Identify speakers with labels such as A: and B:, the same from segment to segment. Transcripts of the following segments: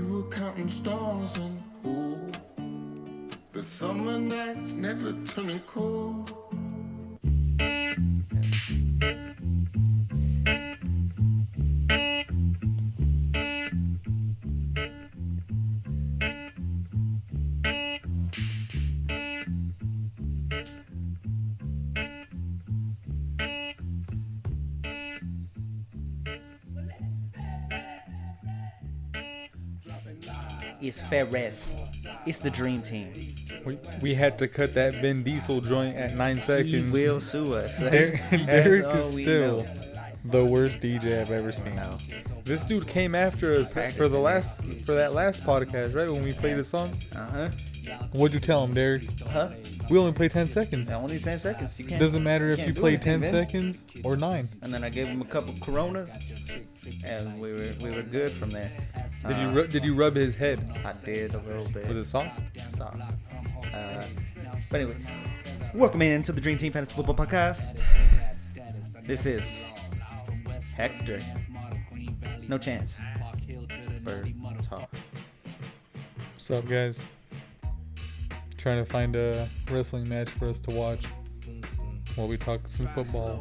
A: them stars and hope the summer nights never turning cold.
B: It's Ferris. It's the dream team.
C: We, we had to cut that Vin Diesel joint at nine
B: He
C: seconds.
B: will sue us. That's-
C: Derek,
B: that's
C: Derek
B: all
C: is
B: we
C: still
B: know.
C: the worst DJ I've ever seen.
B: No.
C: This dude came after us for the last for that last podcast, right? When we played his song.
B: Uh-huh.
C: What'd you tell him, Derek?
B: Huh?
C: We only play ten seconds.
B: Now, Only 10 seconds. You can't.
C: Doesn't matter if
B: can't
C: you
B: do
C: play
B: anything,
C: ten
B: man.
C: seconds or nine.
B: And then I gave him a couple Coronas, and we were we were good from there.
C: Did you
B: Uh,
C: ru- did you rub his head?
B: I did a little bit.
C: Was it soft?
B: soft. Uh, but anyway, welcome in to the Dream Team Fantasy Football Podcast. This is Hector. No chance. Bird talk.
C: What's up, guys? Trying to find a wrestling match for us to watch while we talk some football.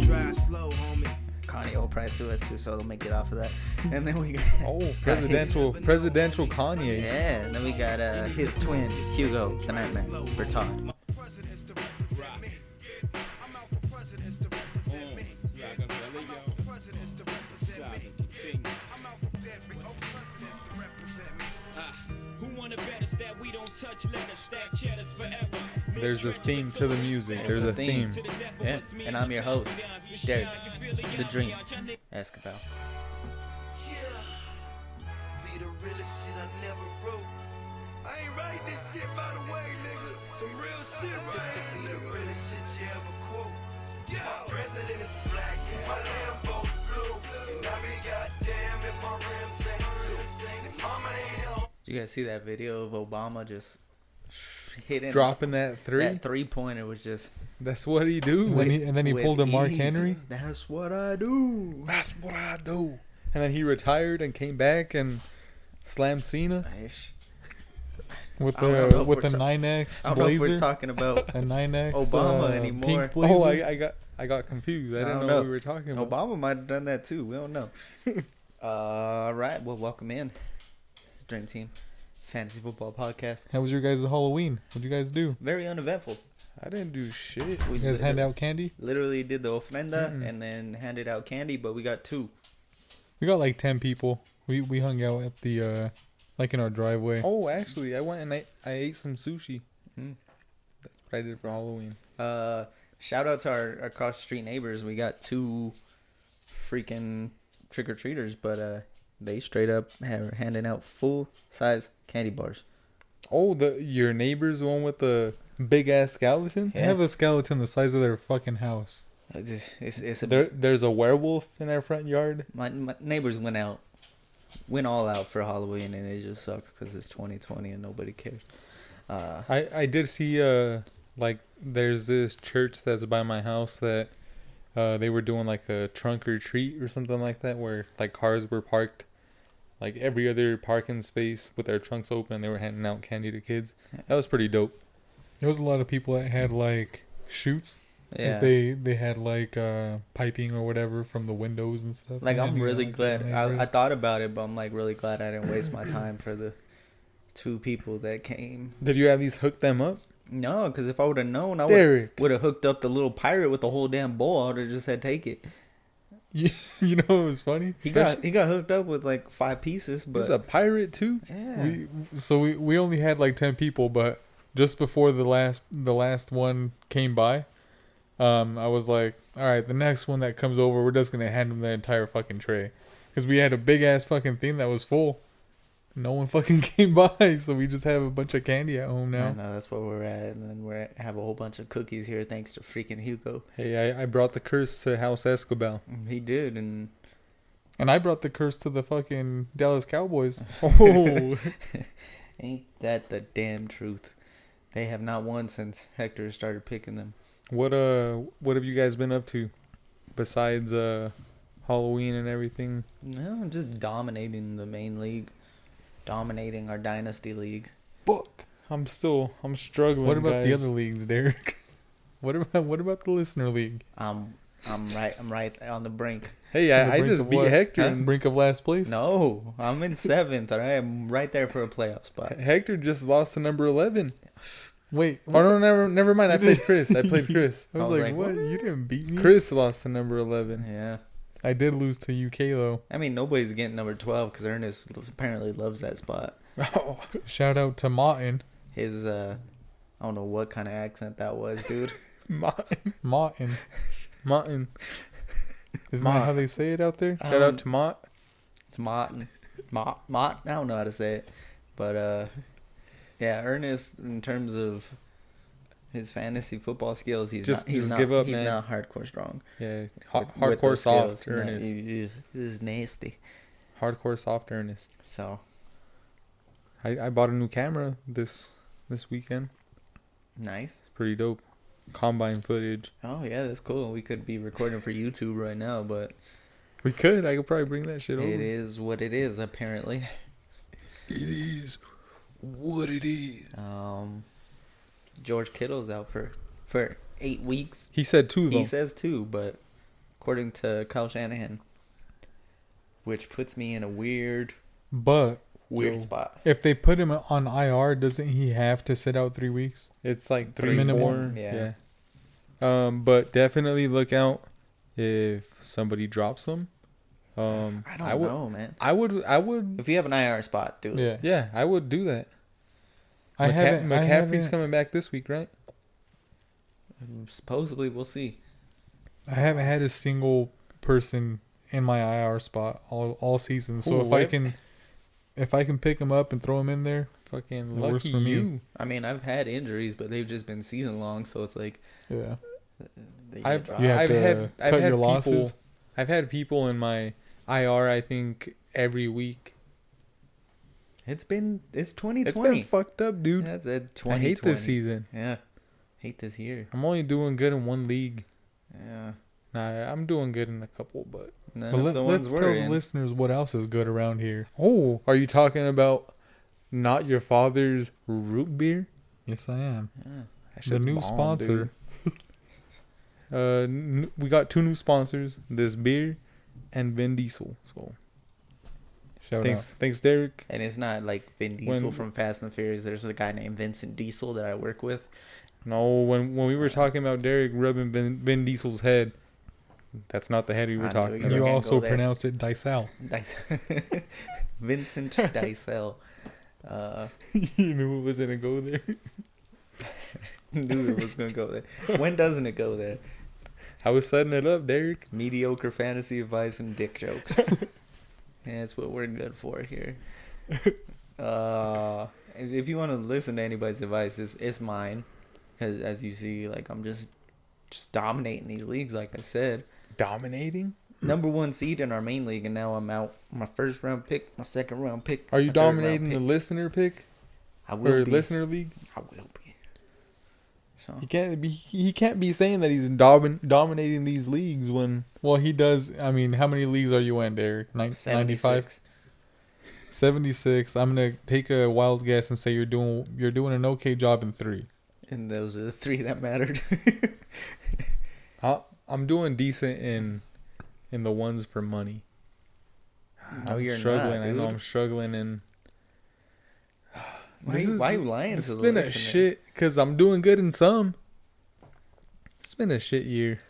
D: Drive slow, homie.
B: Connie will probably sue us too, so they'll make it off of that. And then we got
C: Oh, presidential presidential Kanye.
B: yeah, and then we got uh, his twin Hugo, the Nightmare, Bertard.
E: presidents to represent me. I'm out for presidents to represent me. I'm out for presidents to represent me. I'm out for every oh, presidents to represent me.
F: Who wanna bet us that we don't touch letters, stack cheddars forever.
C: There's a theme to the music. There's a theme.
B: Yeah, and I'm your host, Derek, the Dream Escobar.
D: Be the realest shit I never wrote. I ain't write this shit by the way, nigga. Some real shit right This will be the realest shit you ever quote. My president is black, my Lambo's blue. And I be goddamn if my rims ain't blue. See, mama ain't home.
B: Did you guys see that video of Obama just hitting
C: Dropping that three.
B: that three pointer was just
C: That's what he do. When he, and then he
B: with
C: pulled a Mark
B: ease.
C: Henry.
B: That's what I do.
C: That's what I do. And then he retired and came back and slammed Cena
B: Ish.
C: with
B: I don't know
C: the
B: if
C: with
B: we're ta-
C: the nine X
B: I don't know if we're
C: blazer.
B: talking about
C: A nine X
B: Obama
C: uh,
B: anymore.
C: Pink
B: Blazer?
C: oh, I, I got I got confused. I, didn't know, what we were talking about.
B: Obama might have done that too. We don't know. All right. Well, welcome in, Dream Team Fantasy Football Podcast.
C: How was your guys' Halloween? What'd you guys do?
B: Very uneventful.
C: I didn't do shit.
B: We
C: You guys
B: literally,
C: hand out Mm-hmm. candy.
B: literally did the ofrenda and then handed out candy, but we got two.
C: We got like ten people. We we hung out at the uh like in our driveway. Oh, actually, I went and I, I ate some sushi.
B: Mm.
C: That's what I did for Halloween.
B: Uh, shout out to our across the street neighbors. We got two freaking trick or treaters, but uh, they straight up have, handing out full size candy bars.
C: Oh, the your neighbor's the one with the big ass skeleton.
B: Yeah.
C: They have a skeleton the size of their fucking house.
B: It's, it's, it's a,
C: There, there's a werewolf in their front yard.
B: my, my neighbors went out, went all out for Halloween, and it just sucks because it's 2020 and nobody cares. Uh,
C: I I did see uh like there's this church that's by my house that uh they were doing like a trunk or treat or something like that where like cars were parked like every other parking space with their trunks open and they were handing out candy to kids. That was pretty dope.
G: There was a lot of people that had like shoots.
B: yeah.
G: Like they they had like uh piping or whatever from the windows and stuff.
B: Like
G: And then
B: I'm
G: you
B: really
G: got,
B: glad
G: like,
B: I, I
G: red-
B: thought about it, but I'm like really glad I didn't waste my time for the two people that came.
C: Did you at least hook them up?
B: No, because if I would have known, I would
C: Derek.
B: would have hooked up the little pirate with the whole damn bowl. I would have just said take it.
G: you, you know what was funny?
B: He got he got hooked up with like five pieces, but
C: There's a pirate too.
B: yeah,
G: We so we we only had like ten people, but just before the last the last one came by, um, I was like, all right, the next one that comes over, we're just gonna hand him the entire fucking tray, because we had a big ass fucking thing that was full. No one fucking came by, so we just have a bunch of candy at home
B: I
G: now.
B: know that's where we're at, and then we are have a whole bunch of cookies here thanks to freaking Hugo. Mm,
C: Hey, I, I brought the curse to House Escobar.
B: He did, and
G: And I brought the curse to the fucking Dallas Cowboys.
C: Oh,
B: ain't that the damn truth? They have not won since Hector started picking them.
C: what uh, what have you guys been up to besides uh Halloween and everything.
B: No, just dominating the main league, dominating our dynasty league.
C: Book. I'm still I'm struggling.
G: What about the
C: guys.
G: other leagues, Derek? What about what about the listener league?
B: I'm I'm right I'm right on the brink.
C: Hey,
G: On the
C: I, I
G: brink
C: just
G: of
C: beat
G: what?
C: Hector.
G: Huh?
C: and-
G: brink of last place.
B: No, I'm in seventh. All right, I'm right there for a playoff spot.
C: Hector just lost to number eleven.
G: Wait,
C: Oh no, never never mind. I played Chris. I played Chris.
G: I
B: I
G: was,
B: was
G: like,
B: like,
G: what? You didn't beat me.
C: Chris lost to number eleven.
B: Yeah,
G: I did lose to UK though.
B: I mean nobody's getting number twelve because Ernest apparently loves that spot.
C: Oh,
G: Shout out to Martin.
B: His uh, I don't know what kind of accent that was, dude.
C: Martin.
G: Martin.
C: Martin.
G: Isn't
C: Mott.
G: that how they say it out there?
B: Uh,
C: Shout
B: Um,
C: out to Mott.
B: It's Martin. Mott, Mott. I don't know how to say it, but uh, yeah, Ernest. In terms of his fantasy football skills, he's
C: Just-
B: not, he's
C: just
B: not,
C: give up,
B: he's
C: man.
B: not hardcore strong.
C: Yeah, ha-
B: with- with
C: hardcore
B: those
C: soft
B: skills. No,
C: Ernest.
B: he- he- This is nasty.
C: Hardcore soft Ernest.
B: So
C: I, I bought a new camera this this weekend.
B: nice.
C: It's pretty dope. Combine footage.
B: Oh yeah, that's cool. We could be recording for YouTube right now, but
C: We could. I could probably bring that shit
B: it
C: over.
B: is what it is. Apparently.
A: It is what it is.
B: Um, George Kittle's out for for eight weeks.
C: He said two though.
B: He says two, but according to Kyle Shanahan, which puts me in a weird
G: But
B: weird
C: Yo.
B: spot.
G: if they put him on IR, doesn't he have to sit out three weeks?
C: It's like
G: Three
C: three
G: minimum.
C: four.
B: Yeah.
C: Yeah. Um, but definitely look out if somebody drops them. Um,
B: I don't
C: would,
B: know, man.
C: I would. I would.
B: If you have an IR spot, do it.
G: Yeah.
C: Yeah, I would do that.
G: I
C: McCa-
G: haven't. I
C: McCaffrey's
G: haven't,
C: coming back this week, right?
B: Supposedly, we'll see.
G: I haven't had a single person in my IR spot all all season. So
C: Ooh,
G: if I
C: what?
G: can, if I can pick him up and throw him in there,
C: Fucking
G: It works
C: lucky
G: for me.
C: you.
B: I mean, I've had injuries, but they've just been season long, so it's like
G: yeah,
B: they get
C: I've
B: dropped.
G: You have
C: I've
G: to
C: had I've
G: cut
C: had
G: your
C: people
G: losses.
C: I've had people in my IR. I think every week.
B: it's been it's twenty
C: It's
B: twenty.
C: been fucked up, dude.
B: That's a twenty.
C: I hate this season.
B: Yeah, hate this year.
C: I'm only doing good in one league.
B: Yeah,
C: Nah, I'm doing good in a couple, but
B: none
G: but
B: of
G: let,
B: the
G: us
B: ones
G: tell
B: we're
G: the
B: in.
G: listeners what else is good around here.
C: oh, are you talking about not your father's root beer?
G: Yes, I am.
B: Yeah.
C: That
G: The
C: shit's
G: new
C: bomb,
G: sponsor.
C: dude. uh, n- we got two new sponsors: this beer and Vin Diesel. So
G: Shout
C: thanks, thanks, Derek.
B: And it's not like Vin Diesel
C: When-
B: from Fast and the Furious. There's a guy named Vincent Diesel that I work with.
C: No, when when we were talking about Derek rubbing Vin, Vin Diesel's head, that's not the head we were
B: I
C: talking
B: knew
G: out.
C: about.
B: Never
G: You
B: can
G: also
B: go there.
G: pronounce it Dysal.
B: Dice- Vincent Dicel. Uh,
C: you knew it was gonna go there.
B: knew it was going to go there. When doesn't it go there?
C: I was setting it up, Derek.
B: Mediocre fantasy advice and dick jokes. That's what we're good for here. Uh, and if you want to listen to anybody's advice, it's, it's mine. 'Cause as you see, like I'm just just dominating these leagues, like I said.
C: Dominating?
B: number one seed in our main league, and now I'm out. My first round pick, my second round pick.
C: Are you
B: my third round
C: dominating the
B: pick.
C: listener pick
B: I
C: or
B: will be.
C: listener league?
B: I will be. So
C: He can't be. He can't be saying that he's domin- dominating these leagues when
G: Well, he does. I mean, how many leagues are you in, Derek? Nin- 95?
B: 76.
G: 76. I'm gonna take a wild guess and say you're doing you're doing an okay job in three.
B: and those are the three that mattered.
C: I, I'm doing decent in in the ones for money.
B: No, Oh, you're not,
C: struggling. I know
B: dude.
C: I'm struggling, and
B: why,
C: This
B: you
C: is-
B: why you lying?
C: this
B: to
C: has
B: the
C: been a
B: listener?
C: shit because I'm doing good in some. It's been a shit year.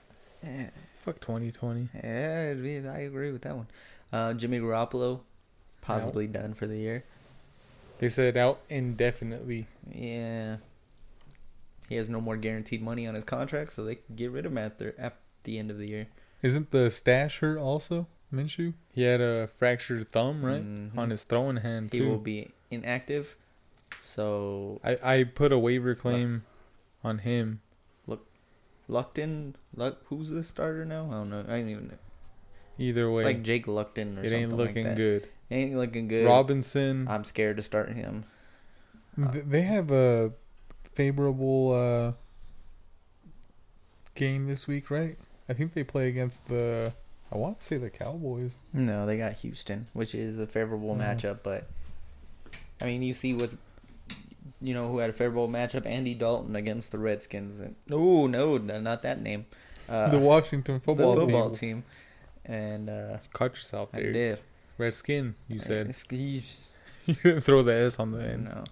B: Yeah,
C: Fuck 2020.
B: yeah, dude, I agree with that one. Uh, Jimmy Garoppolo, possibly done for the year.
C: They said out indefinitely.
B: Yeah, he has no more guaranteed money on his contract, so they can get rid of him after at the end of the year.
G: Isn't the stash hurt also Minshew?
C: He had a fractured thumb, right,
B: Mhm.
G: Mm-hmm.
C: on his throwing hand
B: He
C: too.
B: will be inactive. So
C: I I put a waiver claim on him.
B: Luckton, Luck, who's the starter now? I don't know. I didn't even know.
C: Either way,
B: It's like Jake Luckton or
C: it
B: something
C: ain't
B: like
C: looking
B: that.
C: good.
B: Ain't looking good.
C: Robinson.
B: I'm scared to start him. Uh,
G: Th they have a favorable uh, game this week, right? I think they play against the I want to say the Cowboys.
B: No, they got Houston, which is a favorable
G: Mm-hmm.
B: matchup. But I mean, you see what's you know who had a favorable matchup? Andy Dalton against the Redskins. And, oh no, no, not that name. Uh,
G: the Washington
B: the
G: football,
B: football
G: team.
B: team. And uh,
C: Caught yourself
B: I
C: there.
B: did.
C: Red skin, you said.
B: Excuse-
C: you didn't throw the S on the end.
B: No,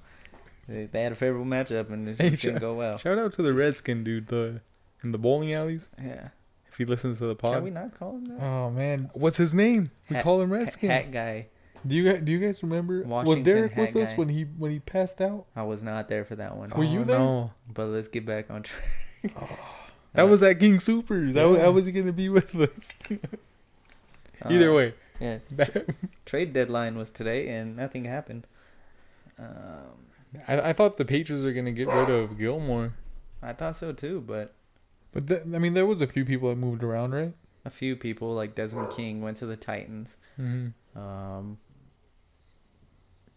B: they, they had a favorable matchup and it
C: Hey,
B: just didn't
C: shut-
B: go well.
C: Shout out to the Redskin dude the in the bowling alleys.
B: Yeah,
C: If he listens to the
B: can we
C: pod,
B: not call him that?
G: Oh man,
C: what's his name? We
B: Hat-
C: call him
B: Ha-
C: Redskin.
B: Hat guy.
G: do you guys, do you guys remember? was
B: Washington
G: Derek
B: hat
G: with us
B: guy.
G: when he when he passed out?
B: I was not there for that one. Oh,
G: Were you there?
C: No.
B: But let's get back on track.
C: That was at King Supers. How,
G: Yeah.
C: how was he going to be with us? Either
B: Uh,
C: way,
B: Yeah, trade deadline was today and nothing happened. Um,
C: I, I thought the Patriots were going to get rid of Gilmore.
B: I thought so too, but
G: But th- I mean, there was a few people that moved around, right?
B: a few people like Desmond King went to the Titans.
C: Mhm.
B: Um,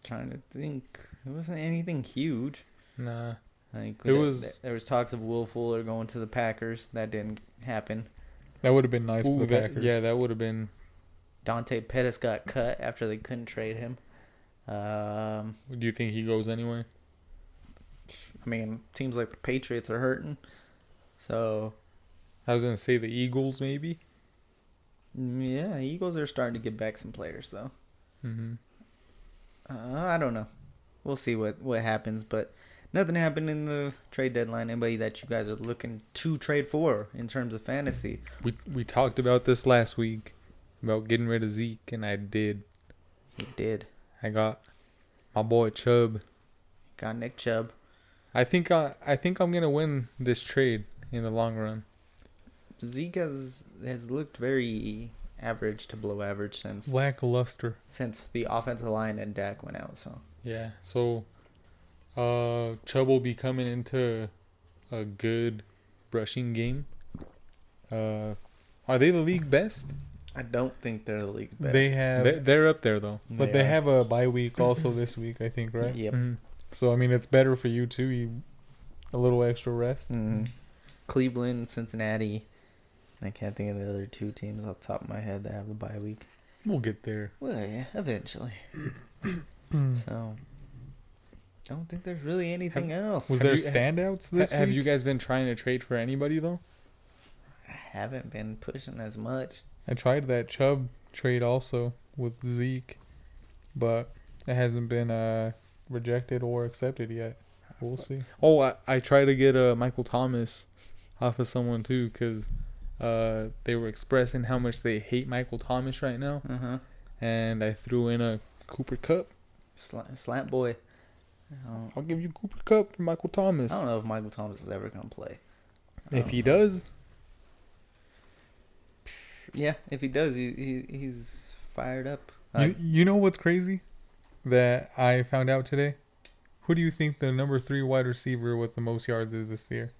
B: trying to think, it wasn't anything huge.
C: Nah.
B: Like,
C: It
B: there-
C: was-
B: there was talks of Will Fuller going to the Packers. That didn't happen.
G: That would have been nice for
C: Ooh,
G: the
C: that-
G: Packers.
C: yeah, that would have been.
B: Dante Pettis got cut after they couldn't trade him. Um,
C: Do you think he goes anywhere?
B: I mean, teams like the Patriots are hurting, so
C: I was going to say the Eagles, maybe.
B: mm, yeah, Eagles are starting to get back some players though.
C: hmm
B: Uh, I don't know. We'll see what what happens, but nothing happened in the trade deadline. Anybody that you guys are looking to trade for in terms of fantasy?
C: We, we talked about this last week about getting rid of Zeke, and I did.
B: You did.
C: I got my boy Chubb.
B: Got Nick Chubb.
C: I think I, I think I'm gonna win this trade in the long run.
B: Zeke has has looked very average to below average since
G: lackluster.
B: since the offensive line and Dak went out. So
C: Yeah. So, uh, Chubb will be coming into a good rushing game. Uh, are they the league best?
B: I don't think they're the league best.
G: They have,
C: They, they're up there though.
G: but
B: They
G: they
B: are.
G: have a bye week also this week, I think, right? Mm.
B: Yep.
C: Mhm.
G: So I mean, it's better for you too. You a little extra rest.
B: Mm. Cleveland, Cincinnati. and I can't think of the other two teams off the top of my head that have a bye week.
G: We'll get there.
B: Well, yeah, eventually.
G: Hmm.
B: so, I don't think there's really anything else.
G: Was
C: Have
G: there
C: you-
G: standouts
C: Ha-
G: this
C: have
G: week?
C: you guys been trying to trade for anybody though?
B: I haven't been pushing as much.
G: I tried that Chubb trade also with Zeke, but it hasn't been uh, rejected or accepted yet. We'll see.
C: Oh, I, I tried to get uh, Michael Thomas off of someone too because uh, they were expressing how much they hate Michael Thomas right now,
B: Uh huh.
C: and I threw in a Cooper Cup.
B: Slant, slant boy. I don't,
C: I'll give you Cooper Cup for Michael Thomas.
B: I don't know if Michael Thomas is ever gonna play. Oh, I
C: If
B: don't
C: he
B: know.
C: does,
B: yeah, if he does, he, he he's fired up.
G: you, you know what's crazy that I found out today? Who do you think the number three wide receiver with the most yards is this year?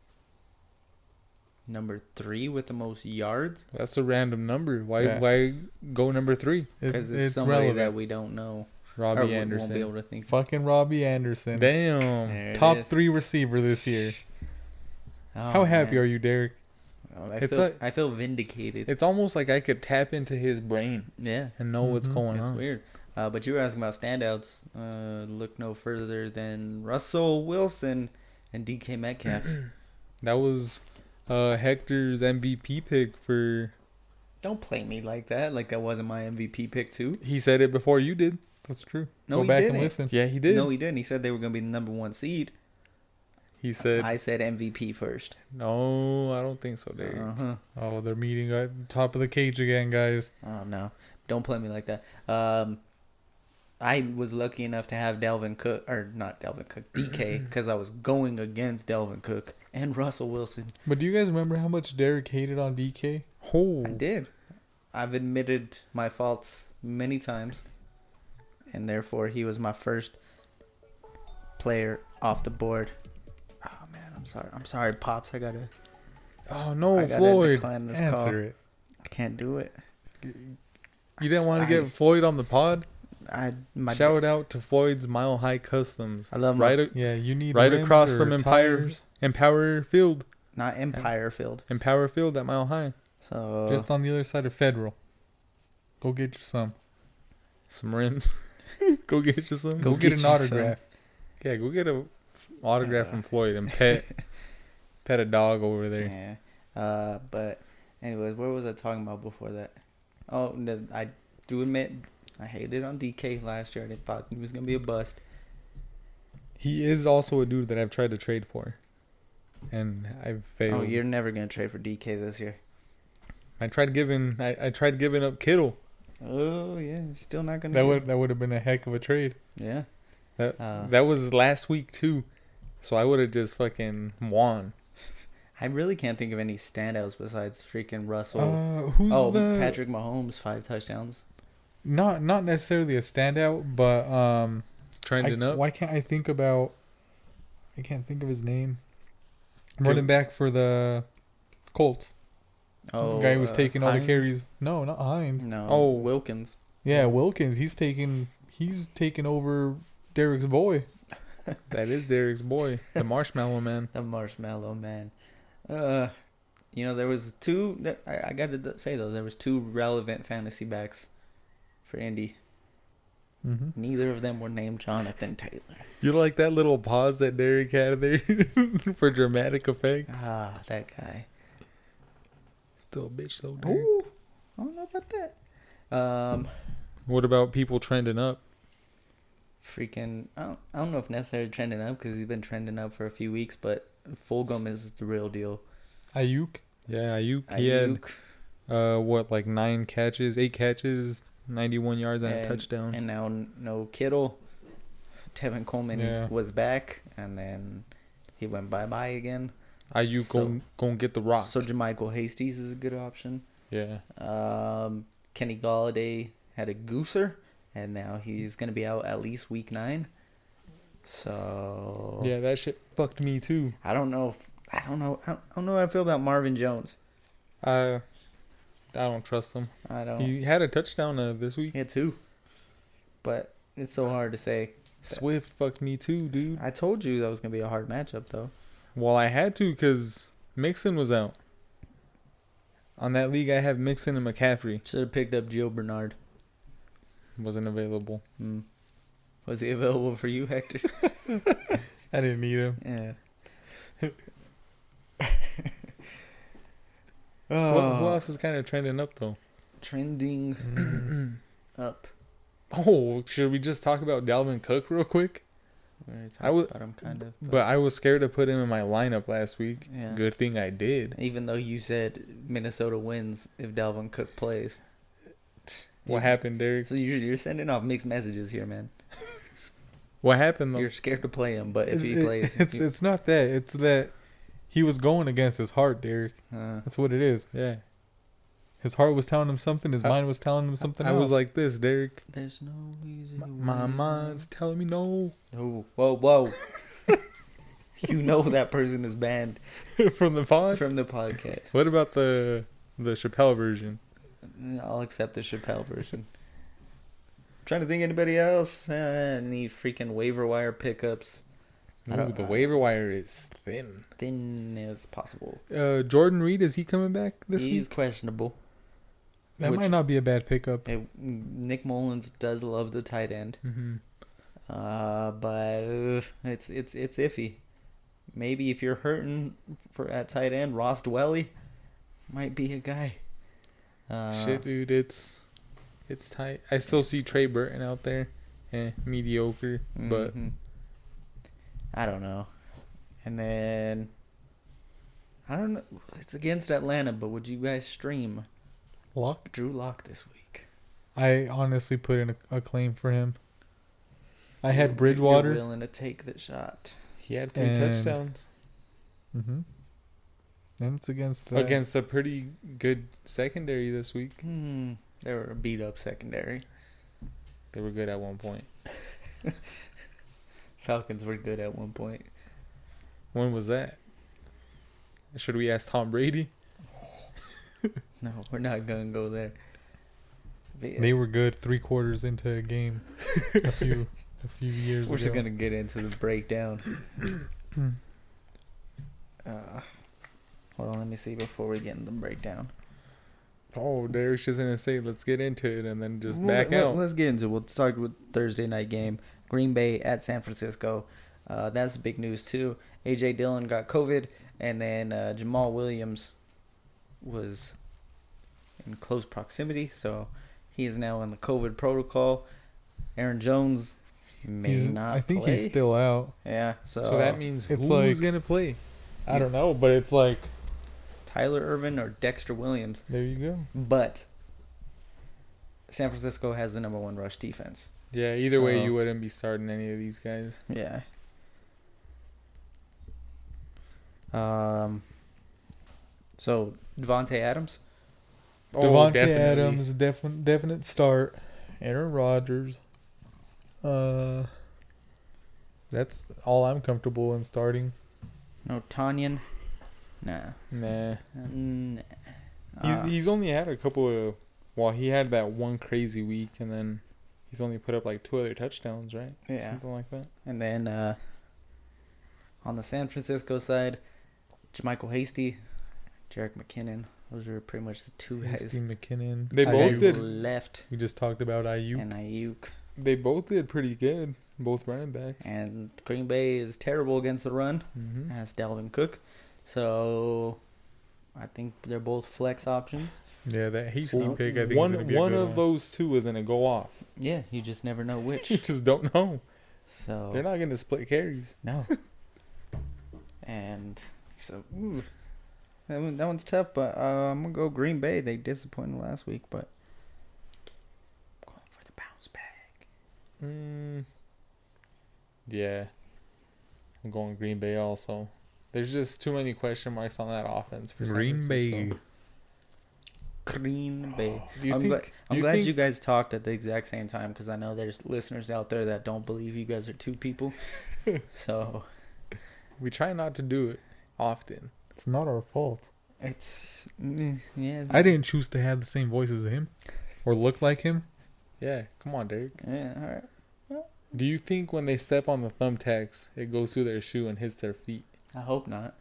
B: number three with the most yards
C: that's a random number. Why
G: Yeah.
C: why go number three?
G: It-
B: because it's, somebody that we don't know or we
C: Robbie
B: won't be
C: Anderson.
B: able to think.
G: Fucking Robbie Anderson.
C: Damn.
B: There it
G: Top
B: is.
G: three receiver this year.
B: Oh,
G: How happy
B: man.
G: are you, Derek?
B: Oh, I
C: It's
B: feel
C: like-
B: I feel vindicated.
C: It's almost like I could tap into his brain
B: yeah.
C: and know what's
G: Mhm.
C: going
B: It's
C: on.
B: weird. Uh, but you were asking about standouts. Uh, look no further than Russell Wilson and DK Metcalf.
C: That was uh, Hector's MVP pick for.
B: Don't play me like that. Like that wasn't my MVP pick too.
C: He said it before you did.
G: That's true.
B: No,
G: Go
B: he
G: back
B: didn't.
G: and listen.
C: Yeah, he did.
B: No, he didn't. He said they were going to be the number one seed.
C: he said
B: I said MVP first.
C: no. I don't think so, Derek.
B: Uh huh.
G: Oh, they're meeting at the top of the cage again, guys.
B: Oh no! Don't play me like that. Um, I was lucky enough to have Delvin Cook or not Delvin Cook DK because I was going against Delvin Cook and Russell Wilson.
G: But do you guys remember how much Derek hated on DK?
C: Oh,
B: I did. I've admitted my faults many times, and therefore he was my first player off the board. Oh man, I'm sorry. I'm sorry, pops. I gotta.
C: oh no,
B: I gotta
C: Floyd.
B: decline this
G: Answer
B: call.
G: it.
B: I can't do it.
C: You didn't want to
B: I-
C: get Floyd on the pod.
B: I my
C: Shout out to Floyd's Mile High Customs.
B: I love my-
C: right, a-
G: Yeah, you need
C: right
G: rims
C: across
G: or
C: from Empire
G: tires
C: Empower Field,
B: not Empire Field.
C: Empower Field at Mile High.
B: So
G: Just on the other side of Federal. Go get you some.
C: Some rims. go get you some.
B: Go
G: Go, get,
B: get
G: an
B: you some.
G: autograph.
C: Yeah, go get a f- autograph from Floyd and pet pet a dog over there.
B: Uh. Yeah. Uh, but anyways, where was I talking about before that? Oh, no, I do admit I hated on DK last year. I didn't thought he was gonna be a bust.
C: He is also a dude that I've tried to trade for, and I've failed.
B: Oh, you're never gonna trade for DK this year.
C: I tried giving I, I tried giving up Kittle.
B: Oh yeah, still not gonna.
G: That
B: do
G: would that would have been a heck of a trade.
B: it. Yeah.
C: That
B: Uh.
C: that was last week too, so I would have just fucking won.
B: I really can't think of any standouts besides freaking Russell.
G: Uh, who's
B: oh,
G: the
B: Patrick Mahomes, five touchdowns.
G: not not necessarily a standout, but um, I-
C: Trending up.
G: why can't I think about? I can't think of his name. Running back for the Colts,
B: Oh,
G: the guy who was
B: uh,
G: taking all
C: Hines?
G: the carries. No, not Hines.
B: No.
C: Oh.
B: Oh, Wilkins.
G: Yeah, Wilkins. He's taking he's taking over Derek's boy.
C: That is Derek's boy, the Marshmallow Man.
B: The marshmallow man. Uh, you know there was two. that- I, I got to th- say though, there was two relevant fantasy backs for Indy.
G: Mm-hmm.
B: Neither of them were named Jonathan Taylor.
C: You like that little pause that Derek had there for dramatic effect?
B: Ah, that guy.
C: Still a bitch though, Derek.
B: Ooh, I don't know about that. Um,
C: What about people trending up?
B: freaking. I don't, I don't know if necessarily trending up because he's been trending up for a few weeks, but Fulgham is the real deal.
G: Ayuk.
C: Yeah, Ayuk. He had
B: Ayuk,
C: uh, what like nine catches, eight catches, ninety-one yards and, a touchdown.
B: and now n- no Kittle. Tevin Coleman
G: Yeah.
B: was back, and then he went bye bye again.
C: Ayuk
B: so-
C: gon' gon' get the rock.
B: So Jermichael Hasties is a good option.
C: yeah,
B: Um, Kenny Galladay had a gooser, and now he's gonna be out at least week nine. So
C: yeah, that shit fucked me too.
B: I don't know. If, I don't know. I don't, I don't know how I feel about Marvin Jones.
C: I I don't trust him.
B: I don't.
C: He had a touchdown uh, this week.
B: Oh. yeah, too. But it's so hard to say.
C: Swift fucked me too, dude.
B: I told you that was gonna be a hard matchup, though.
C: Well, I had to because Mixon was out. On that league, I have Mixon and McCaffrey.
B: Should have picked up Gio Bernard.
C: Wasn't available.
B: Hmm. Was he available for you, Hector?
G: I didn't need him.
B: yeah.
C: What, who
B: Oh.
C: else is kind of trending up though?
B: Trending Mm. up.
C: Oh, should we just talk about Dalvin Cook real quick?
B: We already
C: I would-
B: talked about him kind of.
C: But I was scared to put him in my lineup last week.
B: Yeah.
C: Good thing I did.
B: Even though you said Minnesota wins if Dalvin Cook plays,
C: What happened, Derek?
B: so you're, you're sending off mixed messages here, man.
C: What happened though?
B: You're scared to play him, but if
G: It's,
B: he
G: it-
B: plays,
G: it's
B: you-
G: it's not that. It's that he was going against his heart, Derek.
B: uh,
G: That's what it is.
C: Yeah.
G: His heart was telling him something. His
C: I-
G: mind was telling him something.
C: I
G: else.
C: was like this, Derek.
B: there's no easy
C: My, my
B: way.
C: mind's telling me no
B: No, whoa, whoa. you know that person is banned
C: from the pod.
B: from the podcast.
C: What about the the Chappelle version?
B: I'll accept the Chappelle version. trying to think anybody else. Uh, need freaking waiver wire pickups. I
C: Ooh,
B: don't-
C: the waiver wire is thin.
B: Thin as possible.
C: Uh, Jordan Reed is he coming back this
B: He's
C: week?
B: questionable.
G: that
B: which-
G: might not be a bad pickup.
B: Hey, Nick Mullins does love the tight end,
C: hmm
B: uh, but uh, it's it's it's iffy. Maybe if you're hurting for at tight end, Ross Dwelly might be a guy. Uh,
C: Shit, dude, it's it's tight. I still see Trey Burton out there, eh, mediocre, but
B: mhm. I don't know. And then I don't know. It's against Atlanta, but would you guys stream
G: Luck.
B: Drew Lock this week?
G: I honestly put in a, a claim for him. I had
B: You're
G: Bridgewater.
B: willing to take the shot.
C: he had three
G: And-
C: touchdowns
G: hmm And it's against the
C: against a pretty good secondary this week.
B: Hmm. They were a beat up secondary.
C: They were good at one point.
B: Falcons were good at one point.
C: When was that? Should we ask Tom Brady?
B: No, we're not gonna go there. But yeah,
G: They were good three quarters into a game. a few, a few years
B: we're
G: ago.
B: just gonna get into the breakdown. uh, hold on, let me see before we get in the breakdown.
C: oh, Derek's just gonna say, let's get into it, and then just
B: Well,
C: back
B: let-
C: out.
B: Let's get into it. We'll start with Thursday night game. Green Bay at San Francisco. Uh, that's big news too. AJ Dillon got COVID, and then uh, Jamal Williams was in close proximity, so he is now in the COVID protocol. Aaron Jones may
G: He's,
B: not.
G: I think
B: play.
G: he's still out.
B: Yeah. So,
C: so that means
G: it's
C: who's
G: like-
C: gonna play?
G: I don't know, but it's like
B: Tyler Irvin or Dexter Williams,
G: there you go.
B: but San Francisco has the number one rush defense.
C: Yeah, either way,
B: So-
C: you wouldn't be starting any of these guys.
B: Yeah. Um. So Devonte Adams.
G: Oh, Devontae Adams, definite definite start. Aaron Rodgers. Uh, that's all I'm comfortable in starting.
B: No Tanyan. Nah.
C: Nah,
B: Mm, Nah.
C: he's
B: Uh,
C: he's only had a couple of. Well, he had that one crazy week, and then he's only put up like two other touchdowns, right?
B: Yeah.
C: something like that.
B: and then uh, on the San Francisco side, Jamichael Hasty, Jarek McKinnon. Those are pretty much the two guys
G: Steve McKinnon.
C: They
B: that
C: both
B: you
C: did.
B: left
G: We just talked about IU.
B: and Ayuk.
C: They both did pretty good, both running backs.
B: And Green Bay is terrible against the run.
C: hmm
B: That's Dalvin Cook. So I think they're both flex options.
G: Yeah, that hasty pick. I think is gonna
C: one
G: be
C: one
G: a good
C: of those two is gonna go off.
B: Yeah, you just never know
C: You
B: which.
C: just don't know.
B: So
C: They're not gonna split carries.
B: no. and so ooh, that one, that one's tough, but uh, I'm gonna go Green Bay. They disappointed last week, but I'm going for the bounce back.
C: Mm, yeah, I'm going Green Bay also. There's just too many question marks on that offense for San
G: Green
C: Francisco.
G: Bay.
B: Green Bay.
C: Oh, Do you
B: I'm,
C: think?
B: gla- I'm
C: you
B: glad
C: think,
B: you guys talked at the exact same time because I know there's listeners out there that don't believe you guys are two people. so
C: We try not to do it often.
G: It's not our fault.
B: it's mm, yeah.
G: I didn't choose to have the same voice as him, or look like him.
C: Yeah, come on, Derek.
B: yeah, all right.
C: Do you think when they step on the thumbtacks, it goes through their shoe and hits their feet?
B: I hope not.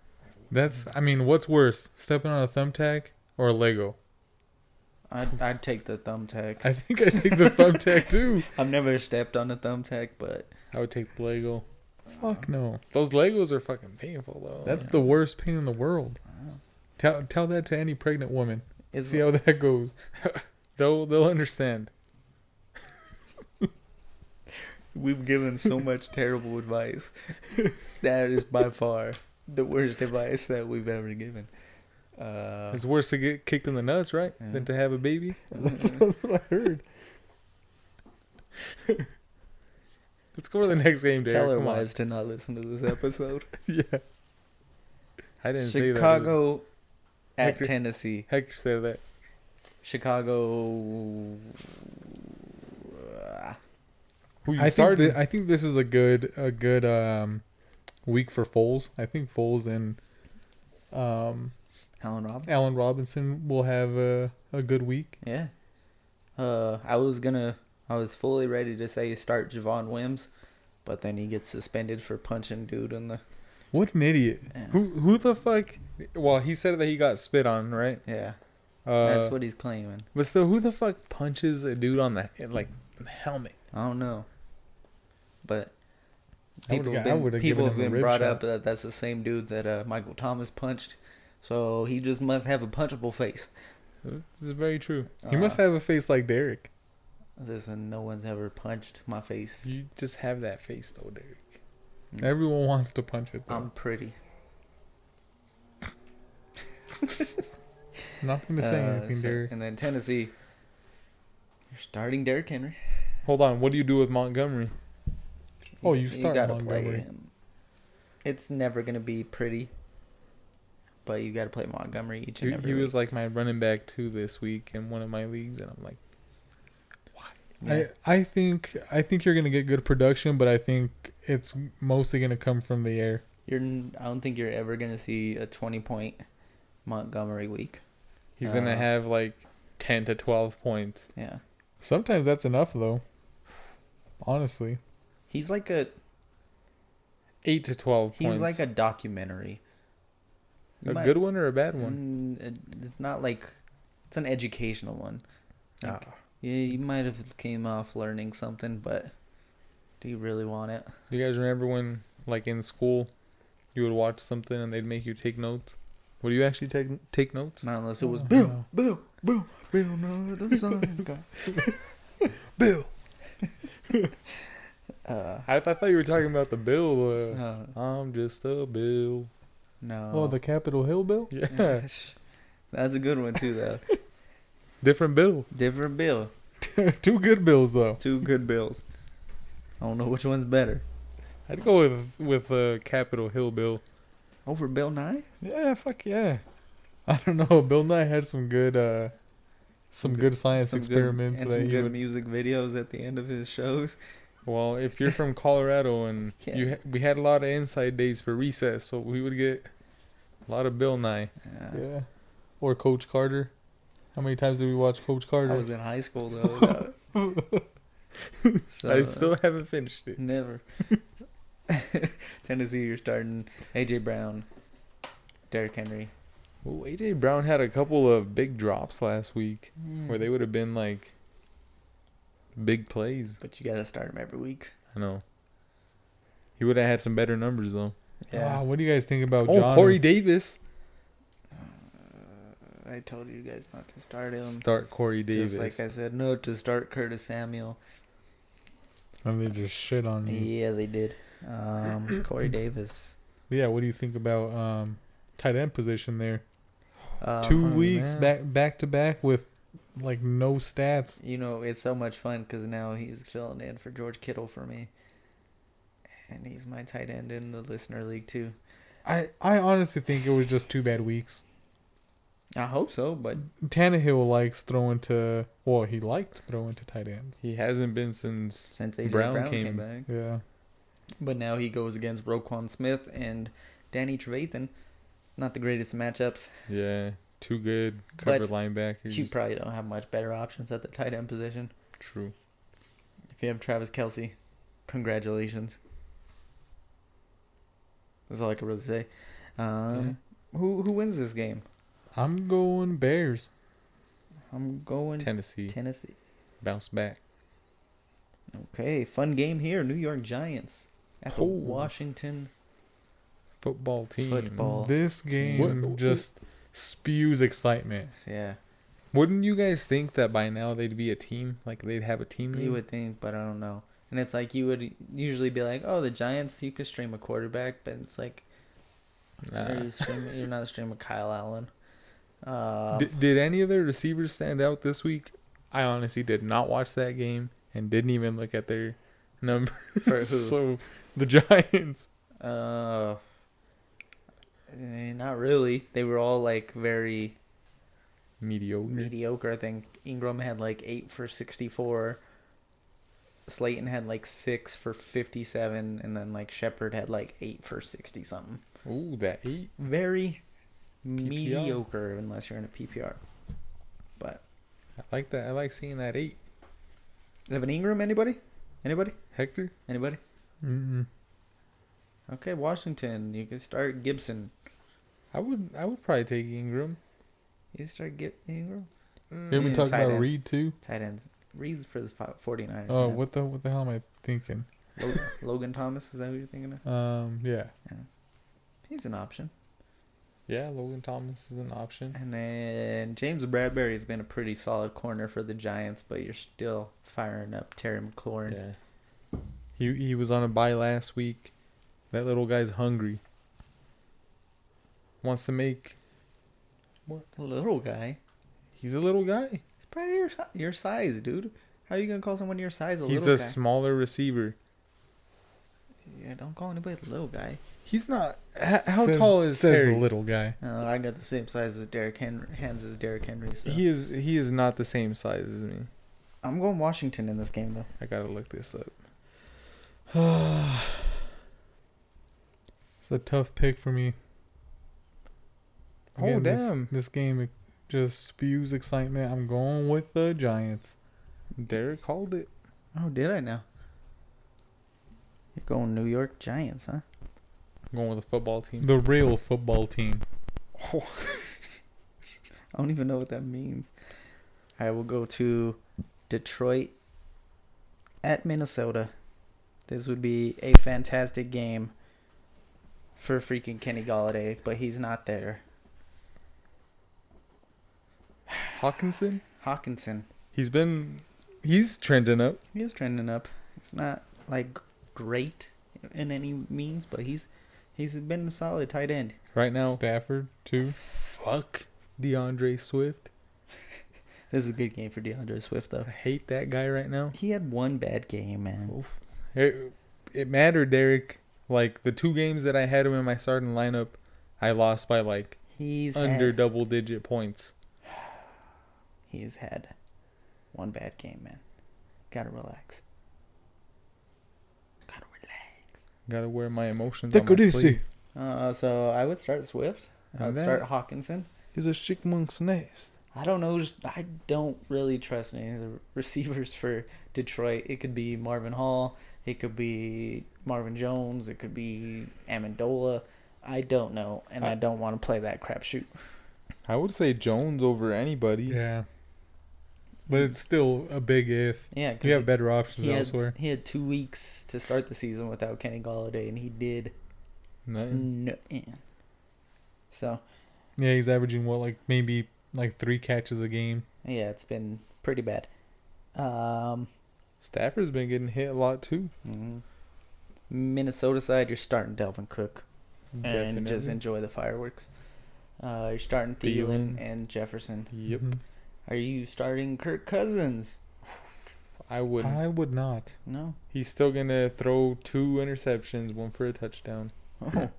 G: That's. I mean, what's worse, stepping on a thumbtack or a Lego?
B: I'd, I'd take the thumbtack.
G: I think I take the thumbtack too.
B: I've never stepped on a thumbtack, but
C: I would take the Lego.
G: Fuck no.
C: Those Legos are fucking painful though.
G: That's the worst pain in the world. Tell tell that to any pregnant woman.
B: it's
G: See how that goes.
C: they'll they'll understand.
B: we've given so much terrible advice. that is by far the worst advice that we've ever given. Uh,
C: It's worse to get kicked in the nuts, right,
B: Yeah.
C: than to have a baby.
G: That's what I heard.
C: Let's go to the next game, Derek.
B: tell our
C: Come on.
B: wives to not listen to this episode.
G: Yeah.
C: I didn't say that.
B: Chicago at
C: Hector-
B: Tennessee.
C: Hector said that.
B: Chicago. Uh,
C: Who you
G: I think
C: started?
G: thi- I think this is a good a good um week for Foles. I think Foles and um
B: Allen Robinson.
G: Allen Robinson will have a, a good week.
B: Yeah. Uh, I was gonna, I was fully ready to say start Javon Wims, but then he gets suspended for punching dude in the.
G: What an idiot.
C: who who the fuck? Well, he said that he got spit on, right?
B: Yeah,
C: Uh,
B: that's what he's claiming.
C: But still, who the fuck punches a dude on the like the helmet?
B: I don't know, but
G: I would've
B: people have
G: got- I
B: been,
G: would've
B: people
G: given
B: have
G: him a
B: been
G: rib
B: brought
G: shot.
B: up that that's the same dude that uh, Michael Thomas punched, so he just must have a punchable face.
C: This is very true.
G: He must
B: Uh,
G: have a face like Derek.
B: Listen, no one's ever punched my face.
C: You just have that face though, Derek.
B: Mm.
G: Everyone wants to punch it though.
B: I'm pretty.
G: Not gonna say
B: Uh,
G: anything,
B: so-
G: Derek.
B: And then Tennessee, you're starting Derrick Henry.
C: Hold on. What do you do with Montgomery?
G: Oh, you start Montgomery.
B: him. It's never gonna be pretty, but you gotta play Montgomery each and
C: He,
B: every.
C: he
B: week.
C: was like my running back too this week in one of my leagues, and I'm like,
B: Yeah.
G: I, I think I think you're gonna get good production, but I think it's mostly gonna come from the air.
B: You're. n- I don't think you're ever gonna see a twenty point Montgomery week.
C: he's gonna
B: Uh,
C: have like ten to twelve points.
B: Yeah,
G: Sometimes that's enough though. Honestly.
B: he's like a.
C: Eight to twelve
B: He's
C: points.
B: like a documentary. You
C: a
B: might-
C: good one or a bad one.
B: Mm, it- It's not like It's an educational one. Like,
C: Ah.
B: Yeah, you might have came off learning something, but do you really want it?
C: Do you guys remember when, like in school, you would watch something and they'd make you take notes? Would you actually take take notes?
B: Not unless it was
G: Oh,
B: boom,
G: no.
B: boom, boom, boom. No, the sun's gone.
G: Bill.
B: Uh,
C: I, I thought you were talking about the bill. Uh,
B: no,
C: I'm just a bill.
B: no.
G: Oh, the Capitol Hill bill.
C: Yeah,
B: That's a good one too, though.
C: different bill.
B: Different bill.
G: Two good bills though.
B: Two good bills. I don't know which one's better.
C: I'd go with with uh, Capitol Hill bill.
B: Over Bill Nye.
G: Yeah, fuck yeah. I don't know. Bill Nye had some good, uh, some good, science
B: Some good-
G: experiments
B: and
G: that
B: some
G: he
B: good
G: would.
B: music videos at the end of his shows.
C: Well, if you're from Colorado and
B: Yeah.
C: you ha- we had a lot of inside days for recess, so we would get a lot of Bill Nye.
B: Yeah.
G: Yeah. Or Coach Carter. How many times did we watch Coach
B: I
G: Carter?
B: was in high school though. so, uh,
C: I still haven't finished it.
B: never. Tennessee, you're starting AJ Brown, Derrick Henry.
C: Well, AJ Brown had a couple of big drops last week where they would have been like big plays.
B: But you gotta start him every week.
C: I know. He would have had some better numbers though.
G: Ah, what do you guys think about
C: Oh,
G: John?
C: Corey Davis.
B: I told you guys not to start him.
C: Start Corey Davis.
B: Just like I said, no to start Curtis Samuel.
G: and they just shit on you.
B: Yeah, they did. Um, Corey Davis.
G: Yeah. What do you think about um, tight end position there?
B: Um,
G: Two
C: oh,
G: weeks
C: man.
G: back back to back with like no stats.
B: You know, it's so much fun because now he's filling in for George Kittle for me. And he's my tight end in the listener league, too.
G: I I honestly think it was just two bad weeks.
B: I hope so, but
G: Tannehill likes throwing to well, he liked throwing to tight ends.
C: he hasn't been since
B: since AJ Brown,
C: Brown
B: came.
C: came.
B: back.
G: Yeah.
B: But now he goes against Roquan Smith and Danny Trevathan. Not the greatest matchups.
C: yeah, two good cover
B: But
C: linebackers.
B: You probably don't have much better options at the tight end position.
C: True.
B: If you have Travis Kelsey, congratulations. That's all I can really say. Um, Who who wins this game?
G: I'm going Bears.
B: I'm going
C: Tennessee
B: Tennessee.
C: bounce back.
B: Okay, fun game here. New York Giants at the
C: Oh.
B: Washington.
C: Football team.
B: Football.
G: This game
C: What-
G: just spews excitement.
B: Yeah,
C: Wouldn't you guys think that by now they'd be a team? Like they'd have a team name?
B: you would think, but I don't know. And it's like you would usually be like, "Oh, the Giants. You could stream a quarterback," but it's like are
C: Nah.
B: you stream, you're not streaming Kyle Allen. Uh,
C: Did, did any of their receivers stand out this week? I honestly did not watch that game and didn't even look at their numbers.
B: for who?
C: so the Giants.
B: Uh, eh, not really. They were all like very
C: Mediocre.
B: mediocre. I think Ingram had like eight for sixty-four. Slayton had like six for fifty-seven, and then like Shepard had like eight for sixty something.
C: Ooh, that eight.
B: Very
C: PPR.
B: mediocre, unless you're in a PPR. But
C: I like that. I like seeing that eight.
B: Evan Ingram, anybody? Anybody?
C: Hector?
B: Anybody?
G: Mm-mm.
B: Okay, Washington. You can start Gibson.
C: I would I would probably take Ingram.
B: You can start Gib- Ingram.
C: Mm.
G: You haven't
B: Yeah,
G: talked
B: Mm, tight
G: about
B: ends.
G: Reed too?
B: Tight ends. Reads for the 49ers.
G: Oh,
B: man.
G: what the what the hell am I thinking?
B: Logan, Logan Thomas, is that who you're thinking of?
G: Um, yeah.
B: He's an option.
C: Yeah, Logan Thomas is an option.
B: And then James Bradbury has been a pretty solid corner for the Giants, but you're still firing up Terry McLaurin.
C: Yeah. He he was on a bye last week. That little guy's hungry. Wants to make
B: The little guy.
C: he's a little guy.
B: He's probably your, si- your size, dude. How are you going to call someone your size a
C: he's a
B: little guy?
C: smaller receiver.
B: yeah, don't call anybody a little guy.
C: He's not. How, how
G: Says-
C: tall is
G: says
C: Terry?
G: the little guy?
B: Uh, I got the same size as Derrick Henry, hands as Derrick Henry. So.
C: He is. He is not the same size as me.
B: I'm going Washington in this game, though.
C: I gotta look this up.
G: It's a tough pick for me.
C: Oh,
G: this-
C: damn.
G: This, game it just spews excitement. I'm going with the Giants.
C: Derek called it.
B: Oh, did I now? You're going New York Giants, huh?
C: going with the football team.
G: The real football team.
B: I don't even know what that means. I will go to Detroit at Minnesota. This would be a fantastic game for freaking Kenny Galladay, but he's not there.
G: Hawkinson?
B: Hawkinson,
G: He's been he's trending up.
B: he is trending up. He's not like great in any means, but he's he's been a solid tight end.
C: Right now,
G: Stafford too.
C: fuck DeAndre Swift.
B: This is a good game for DeAndre Swift though.
C: I hate that guy right now.
B: He had one bad game, man.
C: It, it mattered, Derek. Like the two games that I had him in my starting lineup, I lost by like
B: He's
C: under
B: under had,
C: double digit points.
B: he's had one bad game, man. Gotta relax. Gotta relax.
C: Gotta wear my emotions. on my sleeve.
B: Uh, so I would start Swift. I
C: And
B: would
C: then-
B: start Hawkinson.
C: He's a chick monk's nest.
B: I don't know. just- I don't really trust any of the receivers for Detroit. It could be Marvin Hall. It could be Marvin Jones. It could be Amendola. I don't know, and
G: Uh,
B: I,
C: I-
B: don't want to play that crapshoot.
C: I would say Jones over anybody.
G: Yeah. But it's still a big if.
B: Yeah,
G: You have
B: because
G: better
B: he,
G: options
B: he had
G: elsewhere.
B: he had two weeks to start the season without Kenny Galladay, and he did
C: Nothing.
B: no. eh. So
G: Yeah, he's averaging what like maybe like three catches a game.
B: yeah, it's been pretty bad. Um,
C: Stafford's been getting hit a lot too.
B: mhm. Minnesota side, you're starting Delvin Cook. and just
C: Definitely.
B: enjoy the fireworks. Uh, you're starting Thielen,
C: Thielen.
B: and Jefferson.
C: Yep.
G: Mhm.
B: Are you starting Kirk Cousins?
C: I wouldn't.
G: I would not.
B: No.
C: He's still gonna throw two interceptions, one for a touchdown.
B: Oh,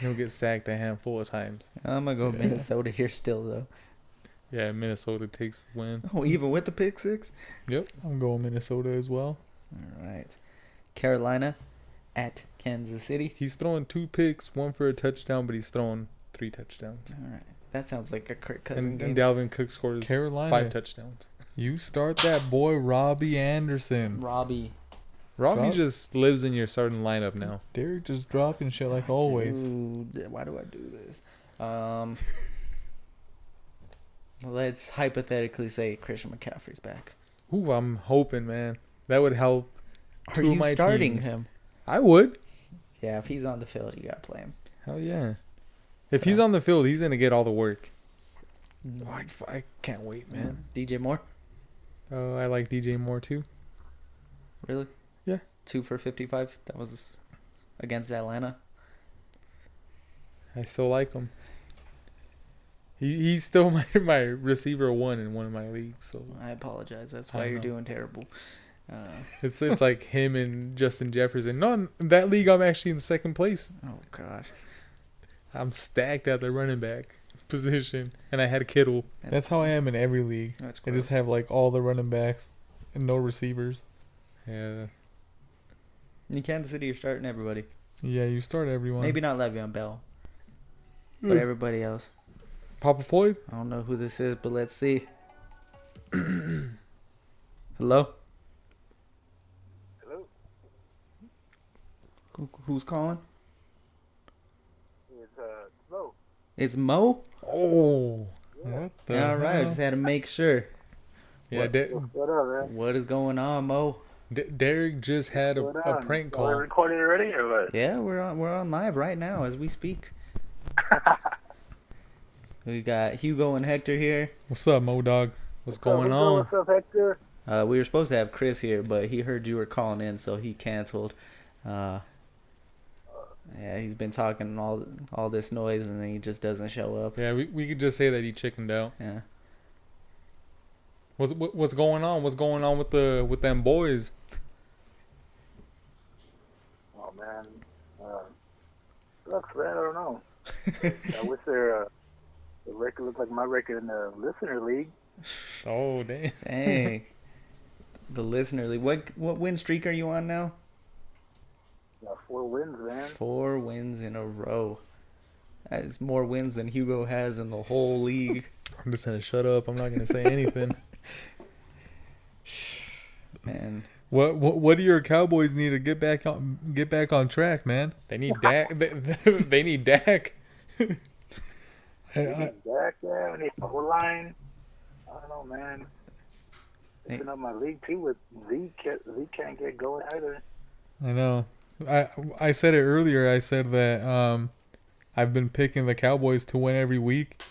C: He'll get sacked a handful of times.
B: I'm gonna go Minnesota here still though.
C: Yeah, Minnesota takes the win.
B: Oh, even with the pick six.
G: I'm going Minnesota as well.
B: All right. Carolina at Kansas City.
C: He's throwing two picks, one for a touchdown, but he's throwing three touchdowns.
B: All right. That sounds like a Kirk Cousins
C: And,
B: game.
C: and Dalvin Cook scores
G: Carolina.
C: five touchdowns.
G: You start that boy Robbie Anderson.
B: Robbie.
C: Robbie
G: Drop-
C: just lives in your starting lineup now.
G: Derek just dropping shit like always.
B: Dude, why do I do this? Um. Let's hypothetically say Christian McCaffrey's back.
C: Ooh, I'm hoping, man. That would help.
B: Are
C: Two of
B: you
C: my
B: starting
C: teams.
B: him?
C: I would.
B: Yeah, if he's on the field, you gotta play him.
C: Hell yeah. If
B: So-
C: he's on the field, he's gonna get all the work. Oh, I, I can't wait, man.
B: Man, DJ Um, Moore,
C: Oh, I like DJ Moore too.
B: really?
C: Yeah.
B: Two for fifty-five. That was against Atlanta.
C: I still like him. He he's still my, my receiver one in one of my leagues. So
B: I apologize. That's
C: I
B: why you're
C: know.
B: doing terrible. Uh,
C: it's it's like him and Justin Jefferson. No, in that league I'm actually in second place.
B: oh gosh,
C: I'm stacked at the running back position, and I had Kittle.
G: That's how I am in every league.
B: that's
G: I
B: gross.
G: just have like all the running backs and no receivers.
C: Yeah,
B: In Kansas City, you're starting everybody.
G: Yeah, you start everyone.
B: Maybe not Le'Veon Bell, but everybody else.
C: Papa Floyd.
B: I don't know who this is, but let's see. Hello.
H: Hello?
B: Who, who's calling?
H: It's uh, Snow.
B: It's Mo.
C: Oh,
G: What the
B: All right, I
G: hell?
B: just had to make sure.
C: yeah. De-
H: What up, man?
B: What is going on, Mo?
C: De- Derek just had a,
H: What
C: a
H: up?
C: prank
H: Are we
C: call.
H: recording already or what?
B: Yeah, we're on we're on live right now as we speak. we got Hugo and Hector here.
G: What's up, Mo Dog?
C: What's going
H: What's up,
C: on?
H: What's up, Hector?
B: Uh, we were supposed to have Chris here, but he heard you were calling in, so he canceled. Uh, yeah, he's been talking all all this noise, and then he just doesn't show up.
C: Yeah, we, we could just say that he chickened out.
B: Yeah,
C: What's what, what's going on? What's going on with the with them boys?
H: Oh, man. Uh, sucks, man. I don't know. I wish their, uh, the record looked like my record in the listener league.
C: Oh damn.
B: dang. the listener, league. what what win streak are you on now?
H: Got four wins, man.
B: Four wins in a row. That is more wins than Hugo has in the whole league.
C: I'm just gonna shut up. I'm not gonna say anything.
B: Man,
G: What, what what do your Cowboys need to get back on get back on track, man?
C: they need Dak. They, they need Dak.
G: I- I-
H: Getting back there and they foul line. I don't know, man.
B: Hey.
H: It's been up my league too with Z can't, Z can't get going either.
G: I know. I I said it earlier. I said that um, I've been picking the Cowboys to win every week,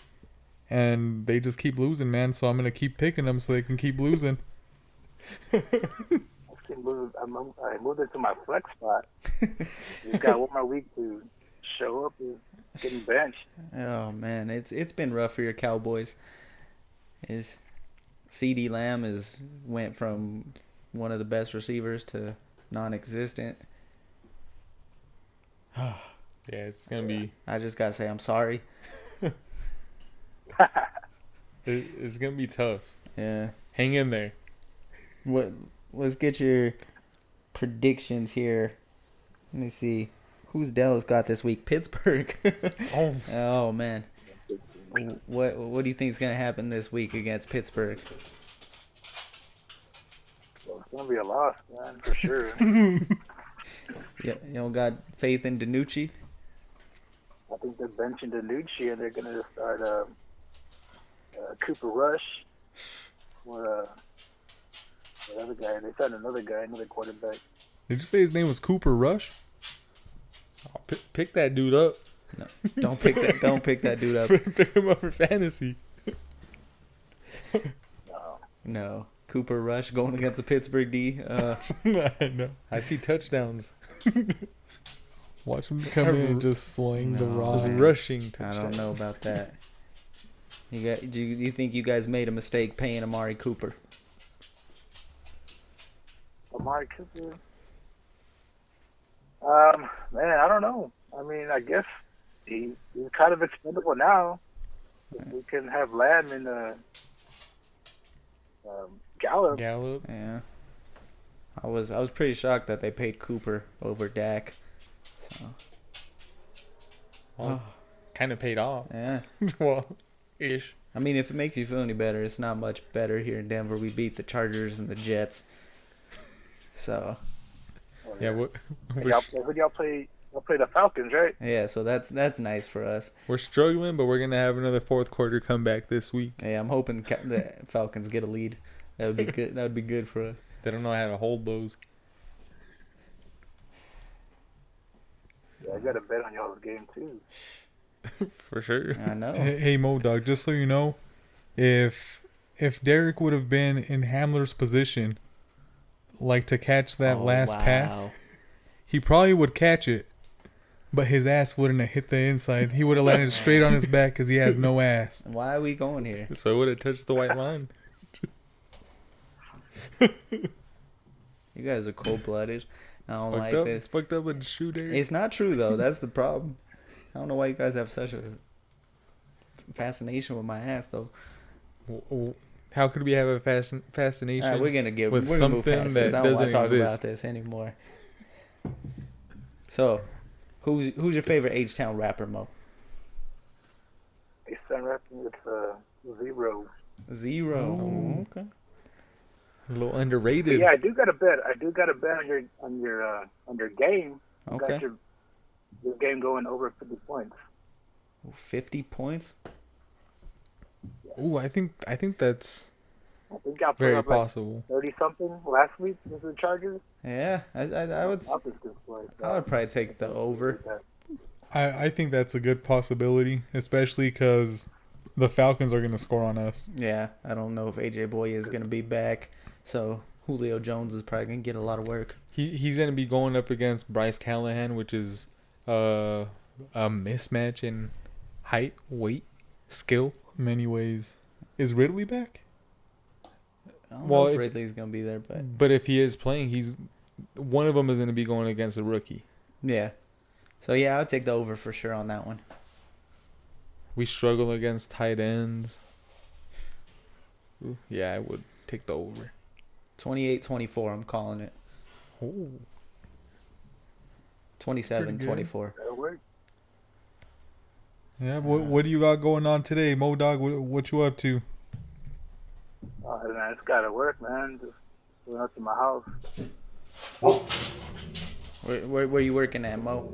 G: and they just keep losing, man. So I'm gonna keep picking them so they can keep losing.
H: I keep moving. I moved, I moved it to my flex spot. Just got one more week to show up and getting benched.
B: Oh man, it's it's been rough for your Cowboys. Is C.D. Lamb is went from one of the best receivers to non-existent.
C: Yeah, it's gonna be
B: I just gotta say I'm sorry.
C: it, it's gonna be tough.
B: Yeah.
C: Hang in there.
B: What? Let's get your predictions here. Let me see. Who's Dallas got this week? Pittsburgh.
C: Oh,
B: oh man. What What do you think is gonna happen this week against Pittsburgh?
H: So it's gonna be a loss, man, for sure.
B: You, you don't got faith in Danucci?
H: I think they're benching Danucci and they're gonna start uh, uh, Cooper Rush or uh, the other guy. They signed another guy, another quarterback.
G: Did you say his name was Cooper Rush?
C: I'll Oh, pi- pick that dude up.
B: Don't pick that. don't pick that dude up.
C: pick him up for fantasy.
B: No. Cooper Rush going against the Pittsburgh D. Uh,
G: I know.
C: I see touchdowns.
G: Watch him come in and just sling the
B: No.
G: rock.
C: Rushing
B: I
C: touchdowns.
B: don't know about that. You got? Do you, do you think you guys made a mistake paying Amari Cooper?
H: Amari Cooper. Um, man, I don't know. I mean, I guess he, he's kind of expendable now. If We can have Lamb in the um, Gallup.
C: Gallup.
B: Yeah. I was I was pretty shocked that they paid Cooper over Dak. So
C: Well, Kind of paid off.
B: yeah.
C: well, ish.
B: I mean, if it makes you feel any better, it's not much better here in Denver. We beat the Chargers and the Jets. So
C: Yeah, we're,
H: And
C: we're,
H: y'all, who y'all play? Y'all play the Falcons, right?
B: yeah, so that's that's nice for us.
C: we're struggling, but we're gonna have another fourth quarter comeback this week.
B: Yeah, I'm hoping the Ca- the Falcons get a lead. That would be good. That would be good for us.
C: They don't know how to hold those.
H: Yeah, I got to bet on y'all's game too.
C: For sure.
B: I know.
G: Hey, hey Mo Dog, just so you know, if if Derek would have been in Hamler's position, like to catch that
B: Oh,
G: last pass,
B: wow.
G: he probably would catch it, but his ass wouldn't have hit the inside. He would have landed straight on his back because he has no ass.
B: Why are we going here?
C: So it would have touched the white line.
B: You guys are cold blooded. I don't
C: Fucked
B: like
C: up. It's
B: this.
C: fucked up with the shoe, Derek.
B: It's not true though. That's the problem. I don't know why you guys have such a fascination with my ass though.
C: W- w- How could we have a fascin- fascination?
B: All right, we're gonna get
C: with
B: we're gonna move
C: something
B: past
C: that
B: this. I don't want
C: doesn't
B: to talk about
C: exist.
B: this anymore. So, who's who's your favorite H Town rapper, Mo?
H: They start wrapping with uh, zero.
B: Zero.
C: okay. A little underrated.
H: But yeah, I do got to bet. I do got to bet on your on your uh, on your game. You
B: Okay.
H: Got your, your game going over fifty points.
B: Fifty points.
C: Ooh, I think I think that's
H: I think y'all put
C: very
H: up like
C: possible.
H: thirty something last week with the Chargers.
B: Yeah, I, I, I would s-
H: I'll just go for it.
B: I would probably take the over.
G: I, I think that's a good possibility, especially because the Falcons are going to score on us.
B: Yeah, I don't know if AJ Boy is gonna be back, so Julio Jones is probably gonna get a lot of work.
C: He he's gonna be going up against Bryce Callahan, which is uh, a mismatch in height, weight, skill.
G: Many ways. Is Ridley back?
B: I don't
C: Well,
B: know if
C: it- Mm.
B: Ridley's gonna be there, but
C: But if he is playing, he's one of them is gonna be going against a rookie.
B: yeah. So yeah, I would take the over for sure on that one.
C: We struggle against tight ends. Ooh, yeah, I would take the over.
B: 28-24, I'm calling it. 27-24.
H: That'll work.
G: Yeah. What, what do you got going on today, Mo Dog? What, what you up to?
H: Oh, man, it's gotta work, man. Just went up to my house.
B: Where, where where you working at, Mo?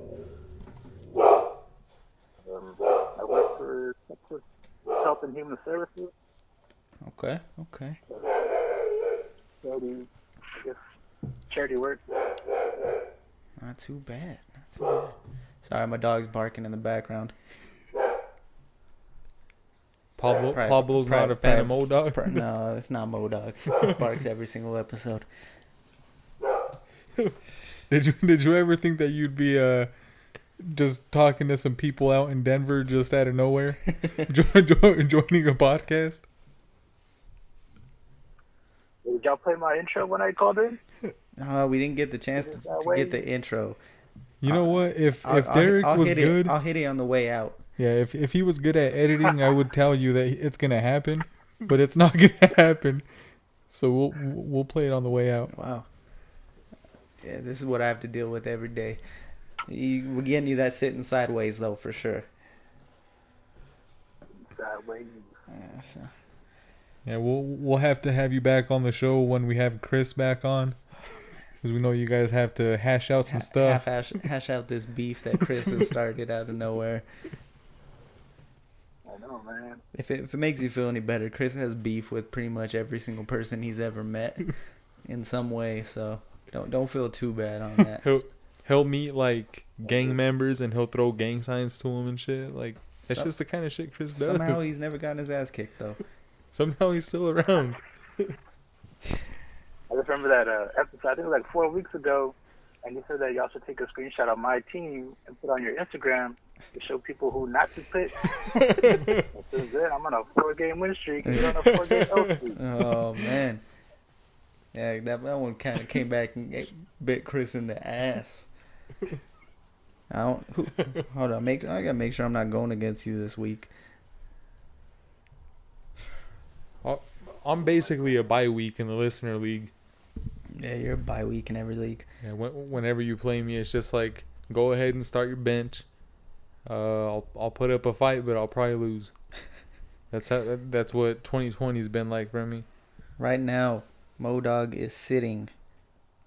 H: Um, I work for Texas Health and Human Services.
B: Okay, okay.
H: Charity, I guess, charity work.
B: Not too bad. Not too bad. Sorry, my dog's barking in the background.
C: Pablo
B: Pri-
C: Pablo's
B: pri-
C: not a
B: pri-
C: fan of Modok.
B: Pri- no, it's not Modoc. It barks every single episode.
G: Did you did you ever think that you'd be uh just talking to some people out in Denver just out of nowhere, jo- jo- joining a podcast?
H: Did y'all play my intro when I called in?
B: Uh, we didn't get the chance to,
H: That
B: to
H: way-
B: get the intro.
G: You know what? If
B: I'll-
G: if
B: I'll-
G: Derek
B: I'll
G: was
B: hit
G: good,
B: it, I'll hit it on the way out.
G: yeah. If if he was good at editing, I would tell you that it's gonna happen, but it's not gonna happen. So we'll we'll play it on the way out.
B: Wow. Yeah, this is what I have to deal with every day. You, we're getting you that sitting sideways though, for sure.
H: That way,
B: Yeah, so.
G: Yeah, we'll we'll have to have you back on the show when we have Chris back on, because we know you guys have to hash out some
B: Half
G: stuff.
B: hash, hash out this beef that Chris has started out of nowhere.
H: I know, man.
B: If it, if it makes you feel any better, Chris has beef with pretty much every single person he's ever met in some way. So don't don't feel too bad on that.
C: He'll he'll meet like gang members and he'll throw gang signs to him and shit. Like that's
B: Some-
C: just the kind of shit Chris does.
B: Somehow he's never gotten his ass kicked though.
C: Somehow he's still around.
H: I just remember that uh, episode. I think it was like four weeks ago, and you said that y'all should take a screenshot of my team and put it on your Instagram to show people who not to pick. this is it. I'm on a four-game win streak. You're on a four-game L streak.
B: Oh man, yeah, that that one kind of came back and it bit Chris in the ass. I don't. Who, hold on, make I gotta make sure I'm not going against you this week.
C: I'm basically a bye week in the listener league.
B: Yeah, you're a bye week in every league.
C: Yeah, when, whenever you play me, it's just like go ahead and start your bench. Uh, I'll I'll put up a fight, but I'll probably lose. That's how that, that's what 2020's been like for me.
B: Right now, Modog is sitting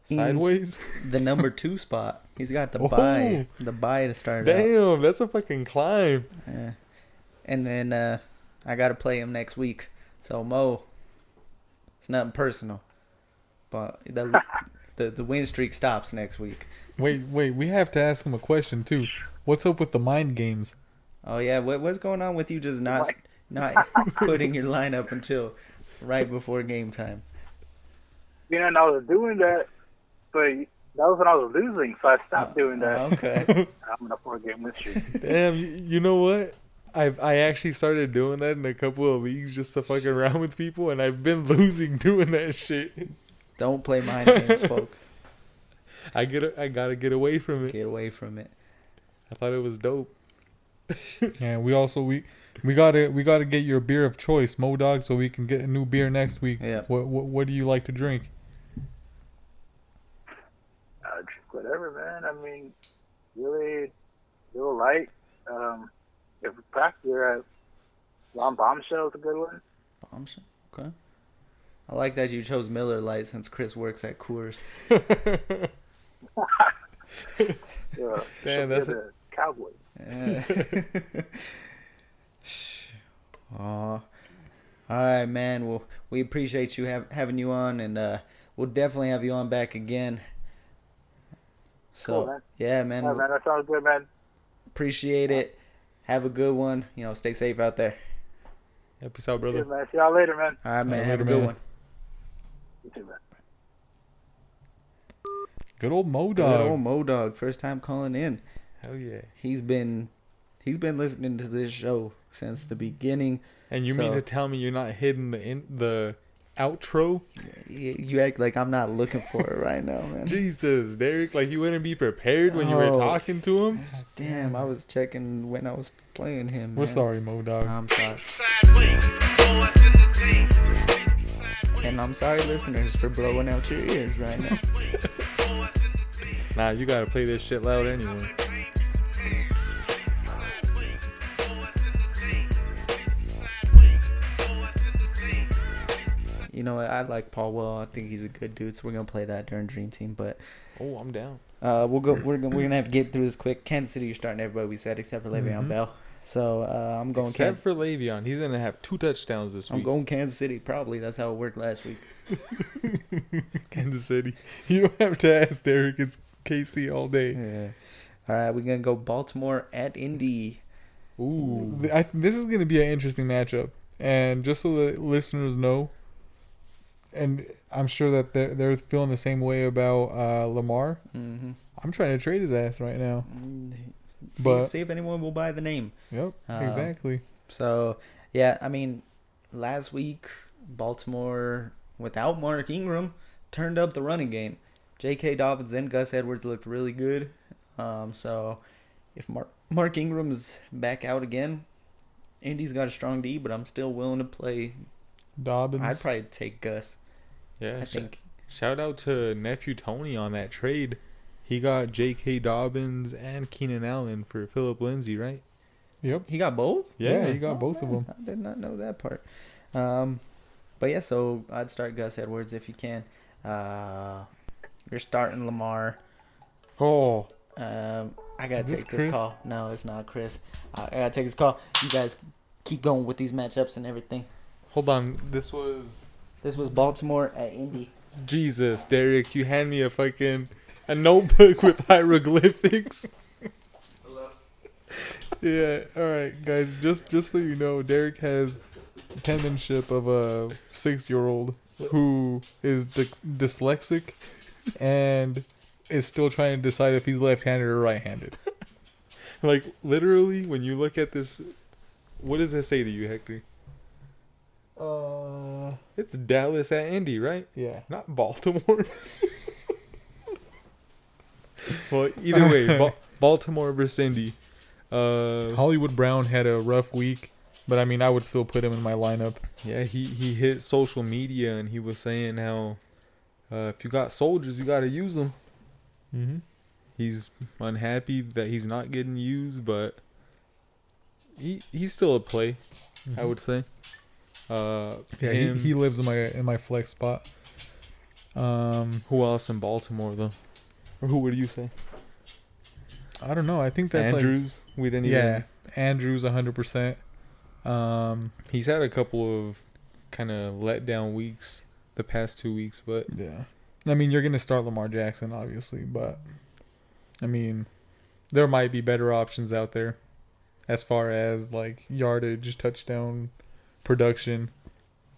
B: In-
C: Sideways.
B: the number two spot. He's got the
C: Oh.
B: bye, the bye to start it out.
C: Damn, that's a fucking climb.
B: Yeah. And then uh, I got to play him next week. So Mo, it's nothing personal, but the the, the win streak stops next week.
G: Wait, wait, we have to ask him a question too. What's up with the mind games?
B: Oh yeah, what what's going on with you? Just not not putting your lineup until right before game time.
H: You know, and I was doing that, but that was when I was losing, so I
C: Uh,
H: stopped doing that.
C: uh-huh.
B: Okay.
H: I'm on a four-game win streak.
C: Damn, you, you know what? I've I actually started doing that in a couple of leagues just to fuck around with people, and I've been losing doing that shit.
B: Don't play mind games, folks.
C: I get I gotta get away from it.
B: Get away from it.
C: I thought it was dope.
G: Yeah, we also we we gotta we gotta get your beer of choice, Modog, so we can get a new beer next week.
B: Yeah.
G: What what, what do you like to drink?
H: uh, drink whatever, man. I mean, really, real light. Um, if practice, long bombshell is a good one.
B: Bombshell. Okay. I like that you chose Miller Lite since Chris works at Coors.
H: Yeah,
C: Damn, that's Mm-hmm. it.
H: Cowboy.
B: Yeah. Aw. All right, man. Well, we appreciate you have, having you on, and uh, we'll definitely have you on back again. So
H: Cool, man.
B: yeah, man.
H: Yeah, man, that sounds good, man.
B: Appreciate it. Have a good one. You know, stay safe out there.
C: Yeah, peace out,
H: Cheers,
C: brother.
H: man. See y'all later, man.
B: All right, man.
G: right,
B: have a good
G: later, man.
B: one.
H: You too, man.
G: Good old Modog.
B: Good old Modog, first time calling in.
C: Hell yeah.
B: He's been he's been listening to this show since the beginning.
C: And you mean
B: So-
C: to tell me you're not hitting the in, the outro?
B: Y- You act like I'm not looking for it right now, man.
C: Jesus, Derek, like you wouldn't be prepared when you were
B: Oh.
C: talking to him.
B: Damn, I was checking when I was playing him.
G: We're
B: man.
G: sorry, Modog.
B: I'm sorry.
E: Sideways, boys in the days. Sideways,
B: And I'm sorry, listeners, for blowing out your ears right now.
E: boys in the days.
C: Nah, you gotta play this shit loud anyway.
B: You know what? I like Paul Well. I think he's a good dude, so we're gonna play that during Dream Team. But
C: Oh, I'm down.
B: uh, we'll go. We're gonna we're gonna have to get through this quick. Kansas City, you're starting everybody we said except for Le'Veon Bell. So uh, I'm going
C: Mm-hmm.
B: Kansas.
C: Except for Le'Veon, he's gonna have two touchdowns this week.
B: I'm going Kansas City. Probably that's how it worked last week.
G: Kansas City. You don't have to ask, Derek. It's KC all day.
B: Yeah. All right, we're gonna go Baltimore at Indy.
C: Ooh,
G: Th- I th- this is going to be an interesting matchup. And just so the listeners know, and I'm sure that they're, they're feeling the same way about uh, Lamar.
B: Mm-hmm. Mm.
G: I'm trying to trade his ass right now.
B: See,
G: But-
B: see if anyone will buy the name.
G: Yep,
B: Uh,
G: exactly.
B: So yeah, I mean, last week Baltimore without Mark Ingram turned up the running game. J.K. Dobbins and Gus Edwards looked really good. Um, so if Mark Mark Ingram's back out again, Indy's got a strong D, but I'm still willing to play.
G: Dobbins.
B: I'd probably take Gus.
C: yeah.
B: I
C: sh-
B: think
C: Shout out to nephew Tony on that trade. He got J.K. Dobbins and Keenan Allen for Philip Lindsay, right?
G: yep.
B: he got both.
G: Yeah,
C: Yeah.
G: he got
B: Oh,
G: both of
B: man,
G: them.
B: I did not know that part. Um, but yeah, so I'd start Gus Edwards if you can. Uh, you're starting Lamar.
G: Oh,
B: Um, I gotta
G: Is this
B: take this
G: Chris?
B: call. No, it's not Chris. Uh, I, I gotta take this call. You guys keep going with these matchups and everything.
C: Hold on, this was
B: This was Baltimore at Indy.
C: Jesus, Derek. You hand me a fucking a notebook with hieroglyphics.
G: yeah. All right, guys. Just just so you know, Derek has penmanship of a six-year-old who is dys- dyslexic and is still trying to decide if he's left-handed or right-handed.
C: Like literally, when you look at this, what does that say to you, Hector?
G: Uh.
C: It's Dallas at Indy, right?
G: Yeah.
C: Not Baltimore. well, either way, ba- Baltimore versus Indy. Uh,
G: Hollywood Brown had a rough week, but I mean, I would still put him in my lineup.
C: yeah, he he hit social media and he was saying how uh, if you got soldiers, you gotta use them.
G: Mm-hmm.
C: He's unhappy that he's not getting used, but he he's still a play. I would say. Uh,
G: Mm-hmm. Yeah, he,
C: him-
G: he lives in my in my flex spot. Um,
C: who else in Baltimore though? Or who would you say?
G: I don't know. I think that's
C: Andrews. we
G: like
C: didn't even.
G: yeah, Andrews hundred percent. Um,
C: He's had a couple of kind of letdown weeks the past two weeks, but
G: yeah, I mean, you're gonna start Lamar Jackson, obviously, but I mean, there might be better options out there as far as like yardage, touchdown, production.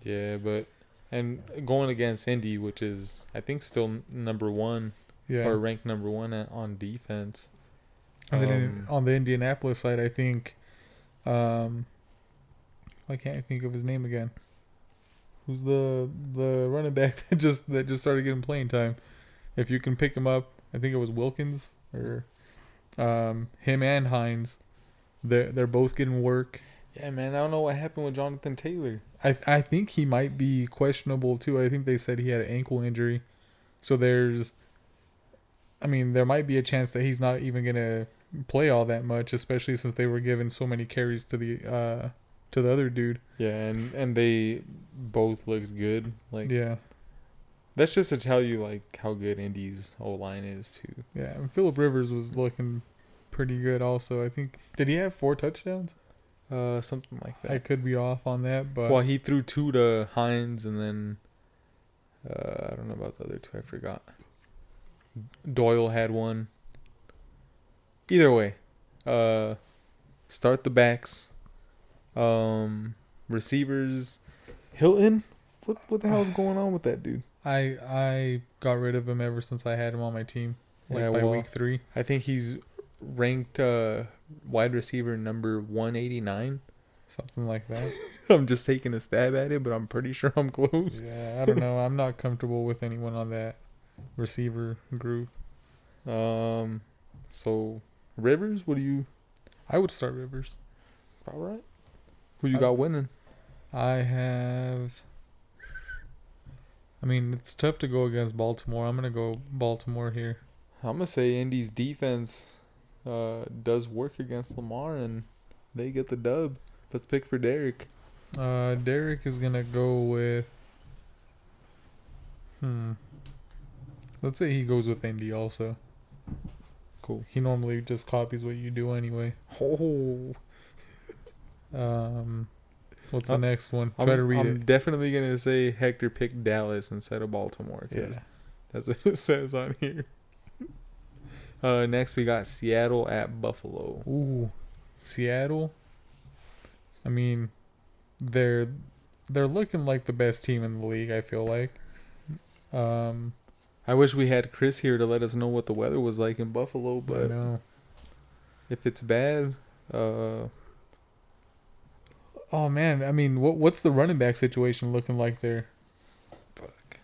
C: yeah, but and going against Indy, which is I think still n- number one
G: Yeah,
C: or ranked number one at, on defense.
G: And then
C: Um,
G: in, on the Indianapolis side, I think, um, why can't I think of his name again? Who's the the running back that just that just started getting playing time? If you can pick him up, I think it was Wilkins or um, him and Hines. They're they're both getting work.
C: Yeah, man, I don't know what happened with Jonathan Taylor.
G: I I think he might be questionable too. I think they said he had an ankle injury, so there's. I mean, there might be a chance that he's not even gonna play all that much, especially since they were giving so many carries to the uh to the other dude.
C: Yeah, and and they both looked good. Like
G: Yeah,
C: that's just to tell you like how good Indy's O line is too.
G: yeah. And Philip Rivers was looking pretty good also. I think did he have four touchdowns?
C: Uh, something like that.
G: I could be off on that, but
C: Well, he threw two to Hines, and then uh, I don't know about the other two. I forgot. Doyle had one. Either way, uh, start the backs. Um, receivers, Hilton. What what the hell's going on with that dude?
G: I I got rid of him ever since I had him on my team, like
C: Yeah,
G: by
C: well-
G: week three.
C: I think he's ranked uh, wide receiver number one eighty nine.
G: Something like that.
C: I'm just taking a stab at it, but I'm pretty sure I'm close.
G: Yeah, I don't know. I'm not comfortable with anyone on that receiver group.
C: Um, so Rivers, what do you?
G: I would start Rivers.
C: All right. Who you
G: I-
C: got winning?
G: I have. I mean, it's tough to go against Baltimore. I'm gonna go Baltimore here.
C: I'm gonna say Indy's defense uh, does work against Lamar, and they get the dub. Let's pick for Derek.
G: Uh, Derek is gonna go with. Hmm. Let's say he goes with Indy also.
C: Cool.
G: He normally just copies what you do anyway.
C: Oh,
G: Um, what's
C: I'm-
G: the next one?
C: Uh, I'm,
G: Try to read
C: I'm
G: it.
C: definitely gonna say Hector picked Dallas instead of Baltimore. 'cause
G: Yeah.
C: that's what it says on here. Uh, next we got Seattle at Buffalo.
G: Ooh, Seattle. I mean, they're they're looking like the best team in the league. I feel like. Um,
C: I wish we had Chris here to let us know what the weather was like in Buffalo,
G: but
C: but
G: no.
C: if it's bad, uh,
G: Oh man, I mean, what what's the running back situation looking like there?
C: fuck,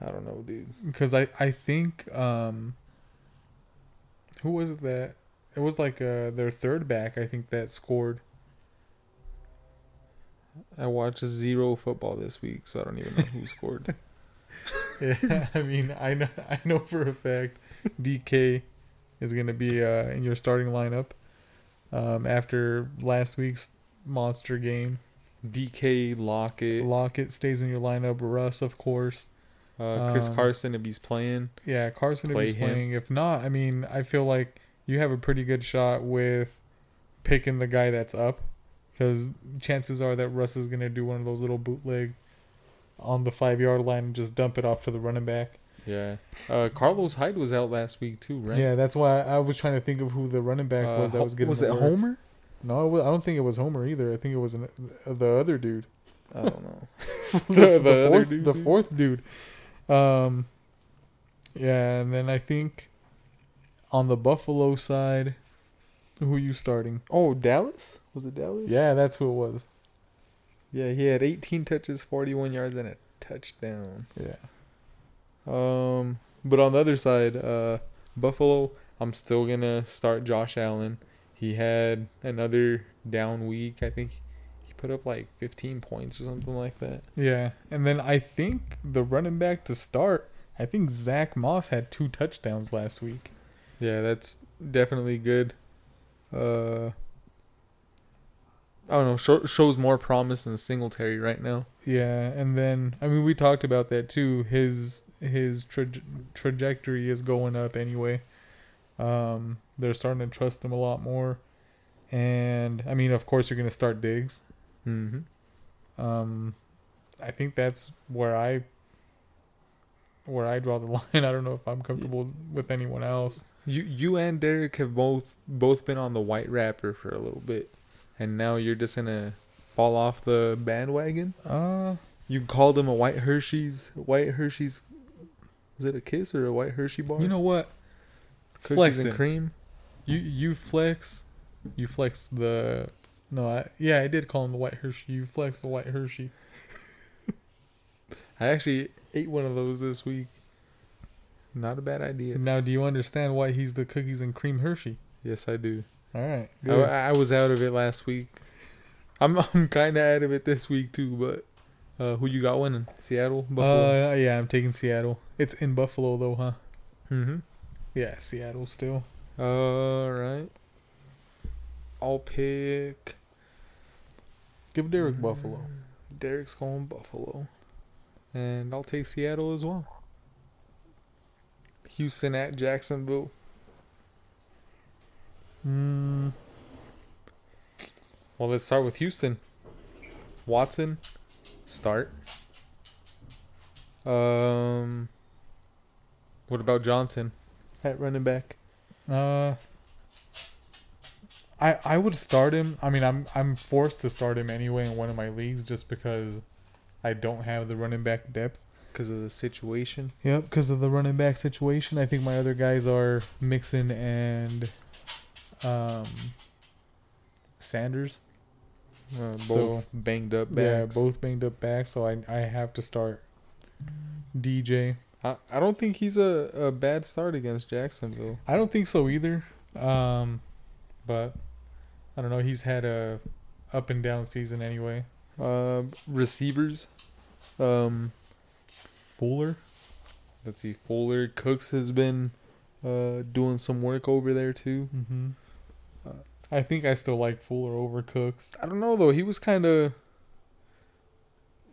C: I don't know, dude.
G: Because I I think um. Who was it that? It was like uh their third back. I think that scored.
C: I watched zero football this week, so I don't even know who scored.
G: Yeah, I mean, I know, I know for a fact, DK is going to be uh, in your starting lineup um, after last week's monster game.
C: DK Lockett,
G: Lockett stays in your lineup. Russ, of course.
C: uh, Chris
G: Um,
C: Carson, if he's playing,
G: Yeah, Carson if
C: Play
G: he's
C: him.
G: playing. If not, I mean, I feel like you have a pretty good shot with picking the guy that's up, because chances are that Russ is going to do one of those little bootleg on the five yard line and just dump it off to the running back.
C: yeah. Uh, Carlos Hyde was out last week too, right?
G: Yeah, that's why I was trying to think of who the running back
C: Uh,
G: was that was getting.
C: was
G: the
C: it
G: work.
C: Homer?
G: No, I wa- I don't think it was Homer either. I think it was an, the other dude,
C: I don't know.
G: the,
C: The
G: the
C: other
G: fourth,
C: dude,
G: the
C: dude.
G: fourth dude. Um, yeah, and then I think on the Buffalo side, who you starting?
C: oh, Dallas? Was it Dallas?
G: Yeah, that's who it was.
C: Yeah, he had 18 touches, 41 yards, and a touchdown.
G: Yeah,
C: Um, but on the other side, uh, Buffalo, I'm still gonna start Josh Allen. He had another down week. I think he put up like 15 points or something like that.
G: yeah, and then I think the running back to start. I think Zach Moss had two touchdowns last week.
C: Yeah, that's definitely good. Uh, I don't know. Show, shows more promise than Singletary right now.
G: Yeah, and then I mean we talked about that too. His his traje- trajectory is going up anyway. Um, they're starting to trust him a lot more, and I mean of course you're gonna start Diggs.
C: Mm-hmm.
G: Um, I think that's where I where I draw the line. I don't know if I'm comfortable with anyone else.
C: You you and Derek have both both been on the white wrapper for a little bit, and now you're just gonna fall off the bandwagon.
G: Uh,
C: You called him a white Hershey's white Hershey's. Was it a kiss or a white Hershey bar?
G: you know what?
C: cookies
G: flexing.
C: and cream.
G: You you flex, you flex the no. I, yeah, I did call him the White Hershey. You flex the White Hershey.
C: I actually ate one of those this week. Not a bad idea.
G: Now, do you understand why he's the cookies and cream Hershey?
C: Yes, I do.
G: All right,
C: I,
G: good.
C: I was out of it last week. I'm I'm kind of out of it this week too. But uh, who you got winning? Seattle, Buffalo.
G: uh, yeah, I'm taking Seattle. It's in Buffalo though, huh?
C: mm-hmm.
G: Yeah, Seattle still.
C: All right. I'll pick
G: Give Derek Buffalo.
C: Derek's going Buffalo. And I'll take Seattle as well. Houston at Jacksonville. Hmm.
G: Mm,
C: Well, let's start with Houston. Watson, start. Um, what about Johnson at running back?
G: uh, I I would start him. I mean, I'm I'm forced to start him anyway in one of my leagues just because I don't have the running back depth.
C: Because of the situation.
G: Yep, because of the running back situation. I think my other guys are Mixon and um, Sanders.
C: Uh, both
G: So-
C: banged up
G: Yeah,
C: backs.
G: both banged up back, so I I have to start DJ.
C: I, I don't think he's a, a bad start against Jacksonville.
G: I don't think so either. Um, but I don't know. He's had a up and down season anyway.
C: Uh, receivers. Um,
G: Fuller.
C: let's see. Fuller Cooks has been uh, doing some work over there too.
G: Mm-hmm. I think I still like Fuller over Cooks.
C: I don't know though. He was kind of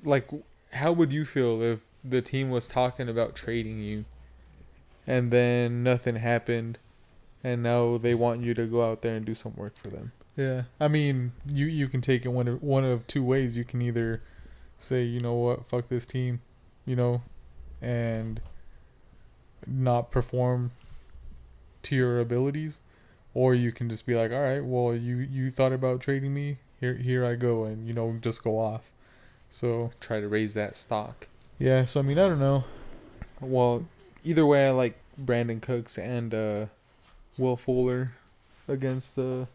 C: like, how would you feel if the team was talking about trading you, and then nothing happened, and now they want you to go out there and do some work for them?
G: Yeah, I mean, you you can take it one of one of two ways. You can either say, you know what, fuck this team, you know, and not perform to your abilities, or you can just be like, all right, well, you you thought about trading me, here here I go, and you know, just go off. So
C: Try to raise that stock.
G: yeah, so I mean, I don't know.
C: Well, either way, I like Brandon Cooks and uh, Will Fuller against the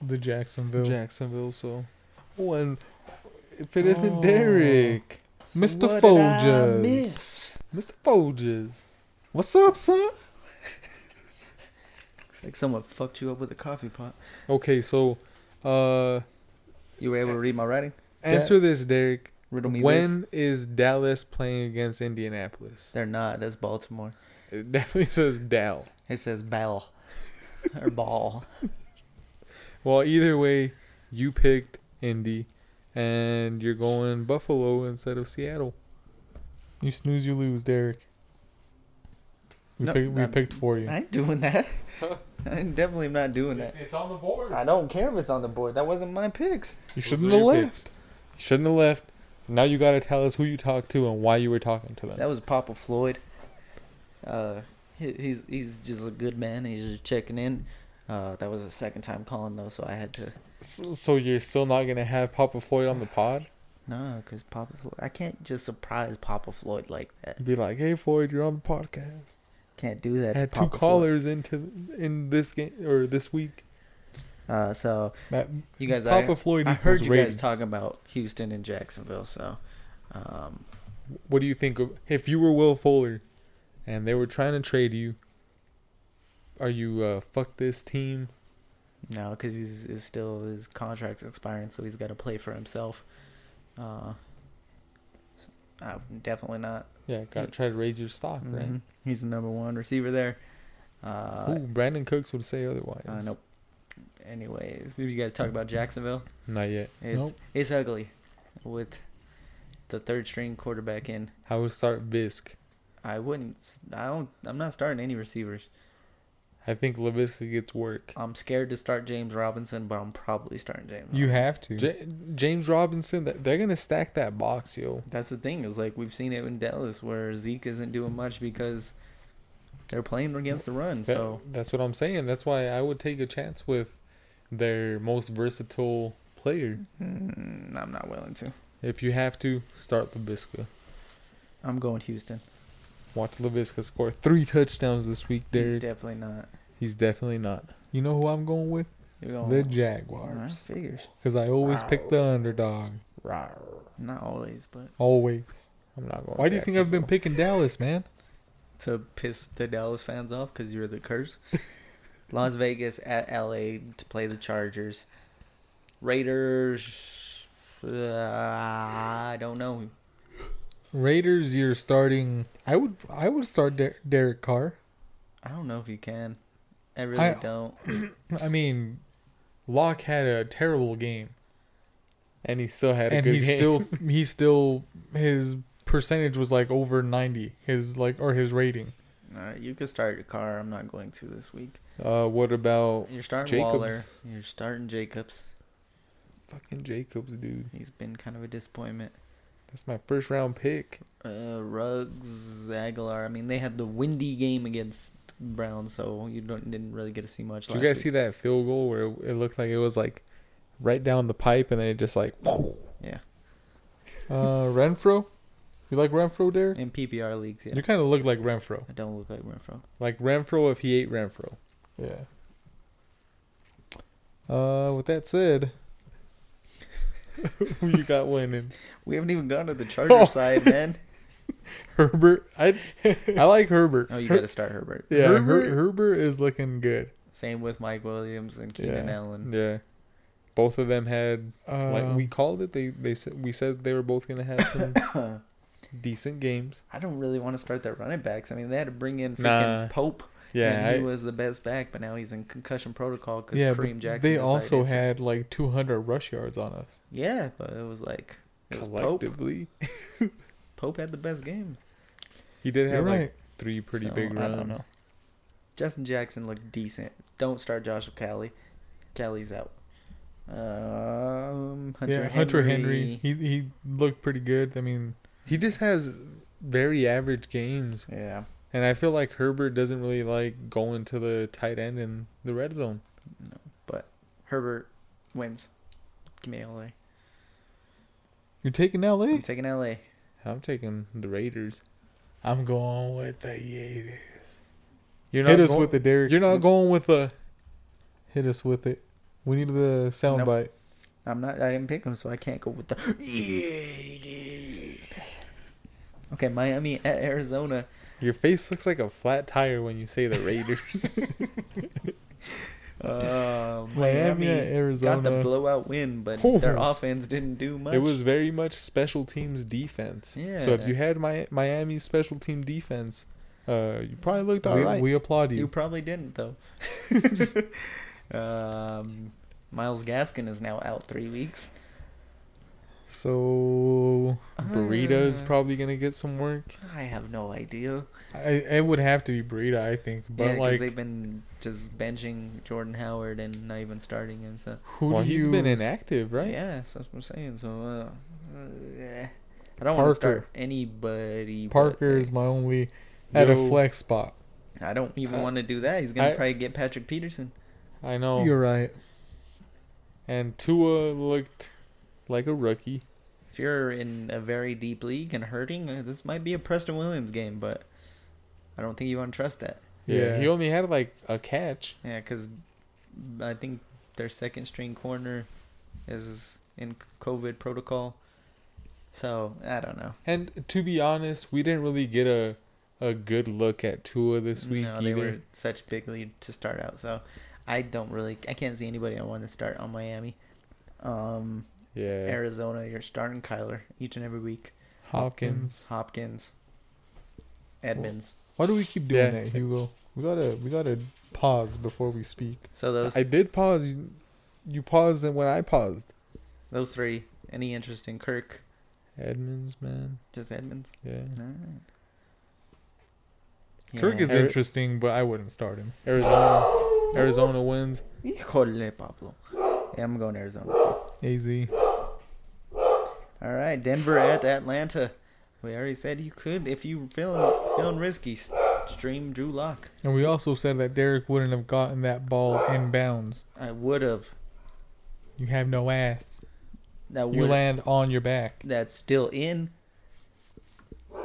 G: The Jacksonville,
C: Jacksonville. So, oh, and if it isn't
G: Oh.
C: Derek,
G: Mr.
B: What did I
G: Folgers.
B: miss?
C: Mr. Folgers, what's up, son?
B: It's like someone fucked you up with a coffee pot.
C: Okay, so uh,
B: You were able to read my writing?
C: answer this, Derek.
B: Riddle me this.
C: When is Dallas playing against Indianapolis?
B: They're not. That's Baltimore.
C: It definitely says Dal.
B: It says bell or ball.
C: Well, either way, you picked Indy, and you're going Buffalo instead of Seattle.
G: You snooze, you lose, Derek. We
B: No,
G: picked we
B: I'm-
G: picked for you.
B: I ain't doing that. I definitely am not doing that.
C: It's on the board.
B: I don't care if it's on the board. That wasn't my picks.
G: You
C: Those
G: shouldn't
C: were
G: have
C: your
G: left.
C: picks. You shouldn't have left. Now you gotta tell us who you talked to and why you were talking to them.
B: That was Papa Floyd. Uh, he, he's he's just a good man. He's just checking in. Uh, that was the second time calling though, so I had to.
C: so, so you're still not gonna have Papa Floyd on the pod?
B: No, cause Papa Floyd. I can't just surprise Papa Floyd like that.
C: Be like, hey Floyd, you're on the podcast.
B: Can't do that. to
C: Had two
B: Papa Floyd.
C: callers into in this game or this week.
B: Uh, so
G: That
B: you guys,
G: Papa
B: I,
G: Floyd.
B: I heard
G: equals
B: you
G: ratings.
B: guys talking about Houston and Jacksonville. So, um,
C: What do you think of if you were Will Fuller, and they were trying to trade you? Are you uh, fuck this team?
B: No, because he's, he's still his contract's expiring, so he's got to play for himself. Uh, s- uh, definitely not.
C: Yeah, gotta try to raise your stock,
B: Mhm.
C: right?
B: He's the number one receiver there. Uh,
C: Ooh, Brandon Cooks would say otherwise.
B: uh, nope. Anyways, did you guys talk about Jacksonville?
C: Not yet.
B: It's
G: Nope.
B: it's ugly, with the third string quarterback in.
C: I would start Bisk.
B: I wouldn't. s- I don't. I'm not starting any receivers.
C: I think Lavisca gets work.
B: I'm scared to start James Robinson, but I'm probably starting James.
G: You have to.
C: J- James Robinson, th- they're gonna stack that box, yo.
B: That's the thing is like we've seen it in Dallas where Zeke isn't doing much because they're playing against the run.
C: That-
B: So
C: that's what I'm saying. That's why I would take a chance with their most versatile player.
B: mm, I'm not willing to.
C: If you have to start Lavisca,
B: I'm going Houston.
C: watch Lavisca score three touchdowns this week.
B: He's
C: Derek,
B: definitely not.
C: he's definitely not.
G: You know who I'm going with?
B: You're going,
G: The
B: Alright,
G: Jaguars.
B: figures.
G: Because I always pick the underdog.
B: Not always, but
G: Always.
C: I'm not going.
G: Why do you think I've been
C: Jacksonville.
G: picking Dallas, man?
B: to piss the Dallas fans off because you're the curse. Las Vegas at LA to play the Chargers. Raiders. Uh, I don't know.
G: Raiders, you're starting. I would. I would start Der- Derek Carr.
B: I don't know if you can. I really
G: I-
B: don't.
G: I mean, Locke had a terrible game,
C: And he still had a
G: and
C: good
G: he
C: game.
G: still. He still. His percentage was like over ninety. His like or his rating.
B: All right, you can start your car. I'm not going to this week.
C: Uh, what about
B: You're starting
C: Jacobs.
B: Waller. You're starting Jacobs.
C: fucking Jacobs, dude?
B: He's been kind of a disappointment.
C: That's my first round pick.
B: Uh, Ruggs, Aguilar. I mean, they had the windy game against Brown, so you don't, didn't really get to see much.
C: Did you
B: last
C: guys see
B: week.
C: that field goal where it, it looked like it was like right down the pipe and then it just like
B: Yeah,
G: Uh, Renfro. You like Renfro, Derek?
B: in PPR leagues. Yeah,
G: You kind of look like Renfro.
B: I don't look like Renfro.
C: like Renfro if he ate Renfro.
G: Yeah. Uh, with that said,
C: Who you got winning?
B: We haven't even gone to the Charger side, man.
G: Herbert, I I like Herbert.
B: Oh, you got to start Herbert.
G: yeah, Her-
C: Herbert.
G: Herbert is looking good.
B: Same with Mike Williams and Keenan
G: Yeah.
B: Allen.
C: Yeah. Both of them had
G: Uh,
C: like we called it. They they said we said they were both gonna have some decent games.
B: I don't really want to start their running backs. I mean, they had to bring in freaking
C: Nah.
B: Pope.
C: Yeah,
B: and he
C: I-
B: was the best back, but now he's in concussion protocol because
G: yeah,
B: Kareem
G: but
B: Jackson.
G: they
B: decided
G: also
B: to-
G: had like 200 rush yards on us.
B: Yeah, but it was like it was Pope.
C: collectively.
B: Pope had the best game.
C: He did have
G: You're
C: like
G: right.
C: three pretty
B: So,
C: big
B: I don't
C: runs.
B: know. Justin Jackson looked decent. Don't start Joshua Kelly. Kelly's out. Um, Hunter
G: yeah,
B: Henry.
G: Hunter Henry. He he looked pretty good. I mean,
C: He just has very average games,
B: Yeah.
C: and I feel like Herbert doesn't really like going to the tight end in the red zone.
B: Herbert wins. Give me LA.
G: you're taking LA.
B: I'm taking LA.
C: I'm taking the Raiders. I'm going with the Raiders. You're
G: Hit us
C: going-
G: with the Derek.
C: You're not going with the.
G: Hit us with it. We need the sound
B: Nope.
G: bite.
B: I'm not. I didn't pick him, so I can't go with the. Okay, Miami at Arizona.
C: Your face looks like a flat tire when you say the Raiders.
B: Uh,
G: Miami at Arizona.
B: got the blowout win, but
C: Oh,
B: their
C: it's-
B: offense didn't do much.
C: it was very much special teams defense. So if
B: Yeah.
C: you had Mi- Miami's special team defense, uh, you probably looked all
G: we,
C: right.
G: we applaud you.
B: you probably didn't though. um, Miles Gaskin is now out three weeks.
G: So
C: Burrito is
B: Uh,
C: probably gonna get some work.
B: I have no idea.
G: I it would have to be Breida, I think.
B: Yeah,
G: But
B: 'cause
G: like,
B: they've been just benching Jordan Howard and not even starting him. So
G: who
C: Well,
G: do
C: he's
G: you
C: been
G: s-
C: inactive, right?
B: Oh, yeah, so that's what I'm saying. So uh, uh, eh. I don't want to
G: Parker.
B: start anybody. but,
G: Parker
B: uh,
G: is my only at a
C: Yo.
G: flex spot.
B: I don't even
C: I-
B: want to do that. He's gonna
C: I-
B: probably get Patrick Peterson.
C: I know.
G: You're right.
C: and Tua looked like a rookie.
B: If you're in a very deep league and hurting, uh, this might be a Preston Williams game, but I don't think you want to trust that.
C: Yeah.
G: Yeah.
C: He only had like a catch.
B: Yeah, because I think their second string corner is in COVID protocol. So I don't know.
C: And to be honest, we didn't really get a a good look at Tua this week
B: no,
C: either.
B: they were such big lead to start out. So I don't really, I can't see anybody I want to start on Miami. Um,
C: Yeah.
B: Arizona, you're starting Kyler each and every week.
C: Hopkins.
B: Hopkins, Edmonds.
G: Why do we keep doing
C: Yeah.
G: that, Hugo? We gotta we gotta pause before we speak.
B: So those
C: I did pause. You, you paused and when I paused.
B: those three. Any interest in Kirk?
C: Edmonds, man.
B: Just Edmonds.
C: Yeah.
G: Kirk is
C: Ari-
G: interesting, but I wouldn't start him.
C: Arizona. Arizona wins.
B: Híjole, Pablo. Yeah, I'm going Arizona too.
G: AZ.
B: All right, Denver at Atlanta. We already said you could if you feeling feeling risky. s- Stream Drew Lock.
G: And we also said that Derek wouldn't have gotten that ball in bounds.
B: I would have.
G: You have no ass.
B: That
G: You
B: would.
G: land on your back.
B: That's still in.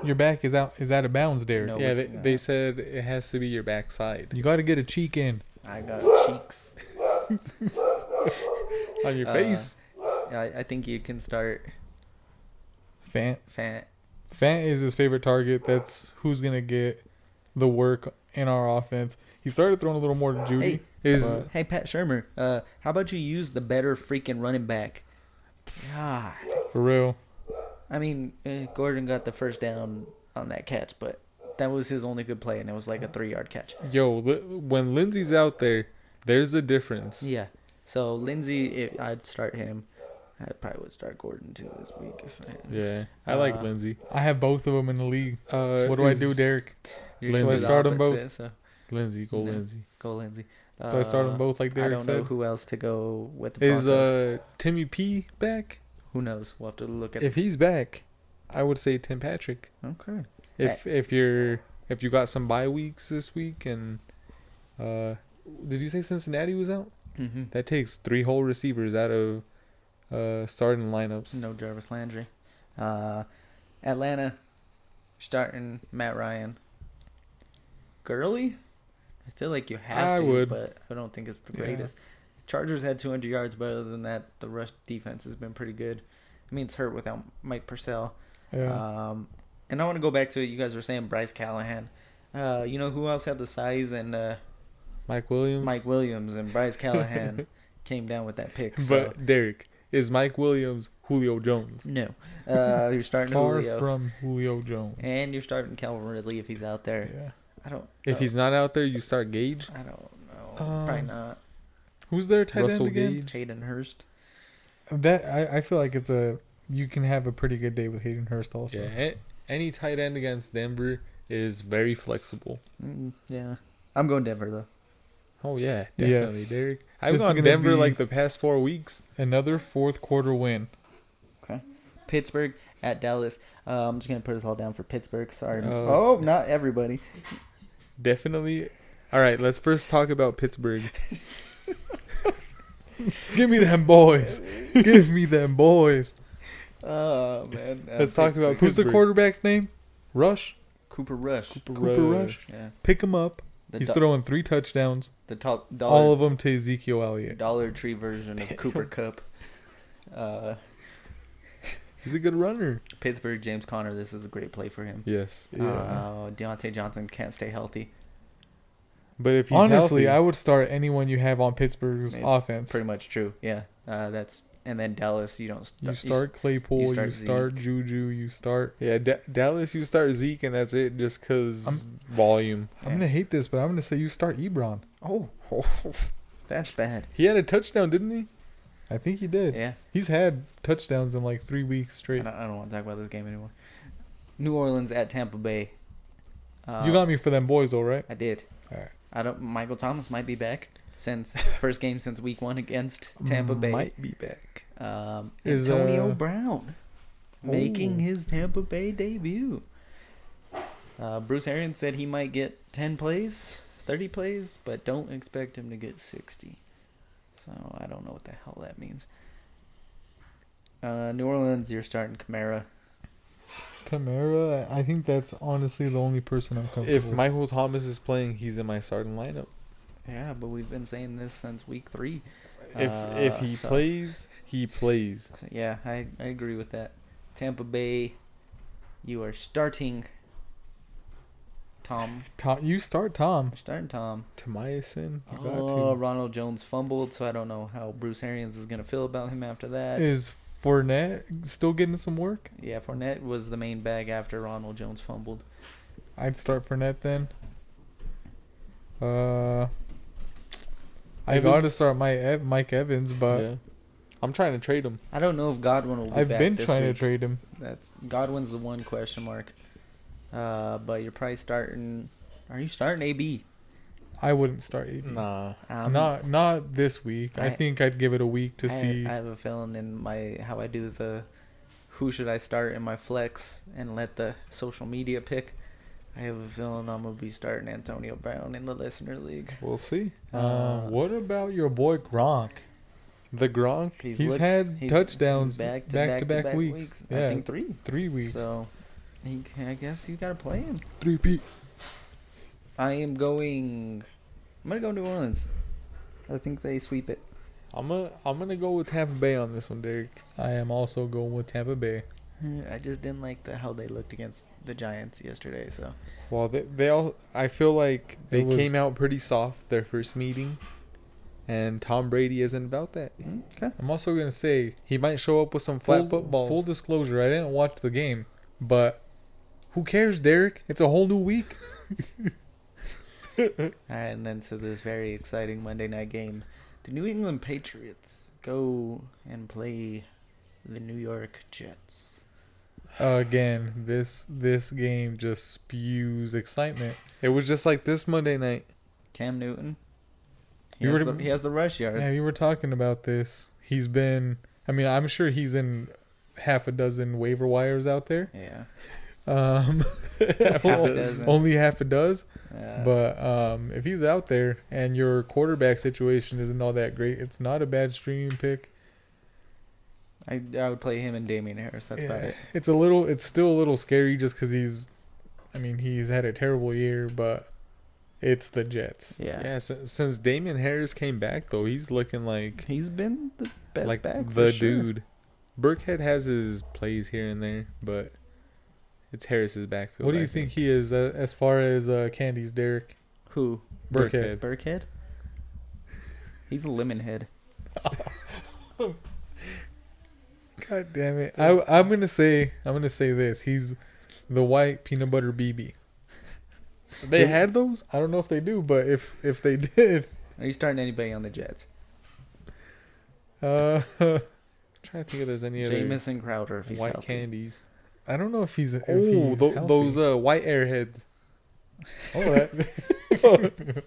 G: Your back is out is out of bounds, Derek.
B: No.
C: Yeah,
B: was-
C: they, they said it has to be your backside
G: You gotta get a cheek in.
B: I got cheeks.
C: on your
B: Uh,
C: face.
B: I, I think you can start
G: Fant
B: fan.
G: Fant is his favorite target. That's who's gonna get the work in our offense. He started throwing a little more to Judy.
B: Hey.
G: Mm-hmm. Is
B: Hey Pat Shermer, uh, how about you use the better freaking running back? God.
G: for real.
B: I mean, eh, Gordon got the first down on that catch, but that was his only good play, and it was like a three-yard catch.
C: Yo, li- when Lindsey's out there, there's a difference.
B: Yeah. So Lindsey, if I'd start him. I probably would start Gordon too this week. If I,
C: Yeah, I like
B: Uh,
C: Lindsey.
G: I have both of them in the league.
C: Uh,
G: What do I do,
C: is-
G: Derek?
B: You're
C: Lindsey.
B: doing
C: Do
B: the
G: I start 'em
B: opposite,
G: both?
B: So
C: Lindsey, go
B: Yeah.
C: Lindsey.
B: go Lindsey. Uh,
G: Do I
C: Uh,
G: start them both like
B: I
G: Derek
B: don't know
G: said?
B: who else to go with the Broncos.
C: Is uh Timmy P back?
B: who knows? We'll have to look at.
C: If he's back, I would say Tim Patrick.
B: okay.
C: If if you're if you got some bye weeks this week and uh did you say Cincinnati was out?
B: Mm-hmm.
C: That takes three whole receivers out of uh starting lineups.
B: No Jarvis Landry. Uh, Atlanta starting Matt Ryan. Gurley? I feel like you have
C: I
B: to,
C: would.
B: but I don't think it's the
G: Yeah.
B: greatest. Chargers had 200 yards, but other than that, the rush defense has been pretty good. I mean, it's hurt without Mike Purcell.
G: Yeah.
B: Um, and I want to go back to you guys were saying Bryce Callahan. Uh, you know who else had the size and uh,
C: Mike Williams.
B: Mike Williams and Bryce Callahan came down with that pick. So.
C: But Derek, is Mike Williams Julio Jones?
B: no, uh, you're starting
G: Far
B: Julio.
G: from Julio Jones.
B: And you're starting Calvin Ridley if he's out there.
G: Yeah.
B: I don't.
C: If
B: know.
C: he's not out there, you start Gage,
B: I don't know.
G: Um,
B: Probably not.
G: Who's their tight
C: Russell
G: end again?
C: Gage.
B: Jaden Hurst.
G: That I, I feel like it's a you can have a pretty good day with Hayden Hurst also.
C: Yeah, a- any tight end against Denver is very flexible.
B: Mm, yeah, I'm going Denver though.
C: Oh yeah, definitely,
G: Yes.
C: Derek. I've
G: This is
C: gone
G: gonna
C: Denver
G: be-
C: like the past four weeks.
G: Another fourth quarter win.
B: Okay. Pittsburgh at Dallas. Uh, I'm just gonna put us all down for Pittsburgh. Sorry.
C: Oh.
B: oh, not everybody.
C: Definitely. All right, let's first talk about Pittsburgh.
G: Give me them boys. Give me them boys.
B: Oh man. Uh,
C: Let's talk about
G: Who's the
C: Pittsburgh.
G: quarterback's name? Rush.
B: Cooper Rush.
G: Cooper Rush.
B: Yeah.
G: Pick him up.
B: The
G: He's
B: do-
G: throwing three touchdowns,
B: the to- dollar
G: all of them to Ezekiel Elliott.
B: Dollar Tree version of Cooper Cup. Uh,
G: He's a good runner.
B: Pittsburgh James Conner. This is a great play for him.
C: Yes.
G: Yeah.
B: Uh, Deontay Johnson can't stay healthy.
C: But if he's
G: Honestly,
C: healthy,
G: I would start anyone you have on Pittsburgh's
B: It's
G: offense.
B: Pretty much true. Yeah. Uh, that's and then Dallas. You don't
G: You
B: st-
G: start Claypool, you
B: start
G: start,
B: Zeke.
G: Juju, you start.
C: yeah, Da Dallas, you start Zeke, and that's it, just because volume.
G: I'm gonna hate this, but I'm gonna say you start Ebron.
B: Oh, that's bad.
C: He had a touchdown, didn't he?
G: I think he did.
B: Yeah.
G: He's had touchdowns in like three weeks
B: I
G: straight.
B: don't, I don't want to talk about this game anymore. New Orleans at Tampa Bay. Uh,
G: you got me for them boys, all right?
B: I did.
G: Alright.
B: I don't. Michael Thomas might be back since first game since week one against Tampa Bay.
G: might be back.
B: Um,
G: Is,
B: Antonio
G: uh,
B: Brown making
G: Oh.
B: his Tampa Bay debut. Uh, Bruce Arians said he might get 10 plays, 30 plays, but don't expect him to get 60. So I don't know what the hell that means. Uh, New Orleans, you're starting Kamara.
G: Kamara, I think that's honestly the only person I'm comfortable.
C: If
G: with.
C: Michael Thomas is playing, he's in my starting lineup.
B: Yeah, but we've been saying this since week three.
C: If
G: Ah,
C: if
B: Uh,
C: he
B: so-
C: plays, he plays.
B: So, yeah, I, I agree with that. Tampa Bay, you are starting Tom.
G: Tom, you start Tom.
B: You're starting Tom.
C: Tomiasen, you got
B: Oh,
C: to.
B: Ronald Jones fumbled, so I don't know how Bruce Arians is gonna feel about him after that.
G: Is Fournette still getting some work?
B: yeah, Fournette was the main bag after Ronald Jones fumbled.
G: I'd start Fournette then. Uh, I
C: Evan-
G: gotta start my Ev- Mike Evans, but
C: yeah. I'm trying to trade him.
B: I don't know if Godwin will be
G: I've
B: back
G: been
B: this
G: trying
B: week.
G: to trade him.
B: That's Godwin's the one question mark. Uh, but you're probably starting. Are you starting AB?
G: I wouldn't start AB.
C: Nah.
B: Um,
G: not not this week. I,
B: I-
G: think I'd give it a week to
B: I,
G: see.
B: I have a feeling in my how I do is a who should I start in my flex and let the social media pick. I have a feeling I'm gonna be starting Antonio Brown in the listener league.
C: We'll see.
G: uh, what about your boy Gronk?
C: The Gronk.
G: He's had touchdowns back-to-back weeks.
B: I
G: Yeah.
B: think three.
G: Three weeks.
B: So, he, can- I guess you gotta play him.
G: Three P.
B: I am going. I'm gonna go New Orleans. I think they sweep it.
C: I'm a, I'm gonna go with Tampa Bay on this one, Derek.
G: I am also going with Tampa Bay.
B: I just didn't like the how they looked against the Giants yesterday. So
C: Well, they, they all. I feel like they
G: It was-
C: came out pretty soft their first meeting, and Tom Brady isn't about that.
B: okay.
G: I'm also gonna say
C: He might show up with some flat
G: full,
C: footballs.
G: Full disclosure, I didn't watch the game, but who cares, Derek? It's a whole new week.
B: All right, and then to this very exciting Monday night game, the New England Patriots go and play the New York Jets.
G: Again, this this game just spews excitement.
C: it was just like this Monday night.
B: Cam Newton. He,
G: You
B: has,
G: were-
B: the, he has the rush yards.
G: Yeah, you were talking about this. He's been. I mean, I'm sure he's in half a dozen waiver wires out there.
B: yeah.
G: Um,
B: a dozen.
G: Only half a dozen.
B: Uh,
G: But um, if he's out there and your quarterback situation isn't all that great, it's not a bad streaming pick.
B: I, I would play him and Damian Harris. That's about
G: Yeah,
B: it.
G: It's a little. It's still a little scary just because he's. I mean, he's had a terrible year, but it's the Jets.
B: Yeah.
C: Yeah, si- since Damian Harris came back though, he's looking like
B: He's been the best
C: like
B: back. for
C: the
B: sure.
C: dude. Burkhead has his plays here and there, but it's Harris's backfield.
G: What do
C: I
G: you think, he is uh, as far as uh, candies, Derek?
B: Who?
G: Burkhead.
C: Burkhead.
B: Burkhead? He's a lemon head.
G: God damn it! I, I'm gonna say I'm gonna say this. He's the white peanut butter BB.
C: They had those.
G: I don't know if they do, but if if they did,
B: Are you starting anybody on the Jets?
G: uh,
C: I'm trying to think if there's any other
B: Jamison Crowder, if he's
C: white
B: healthy.
C: candies.
G: I don't know if he's. If
C: Oh,
G: he's
C: tho-
G: healthy.
C: those uh, white airheads.
G: Oh, that,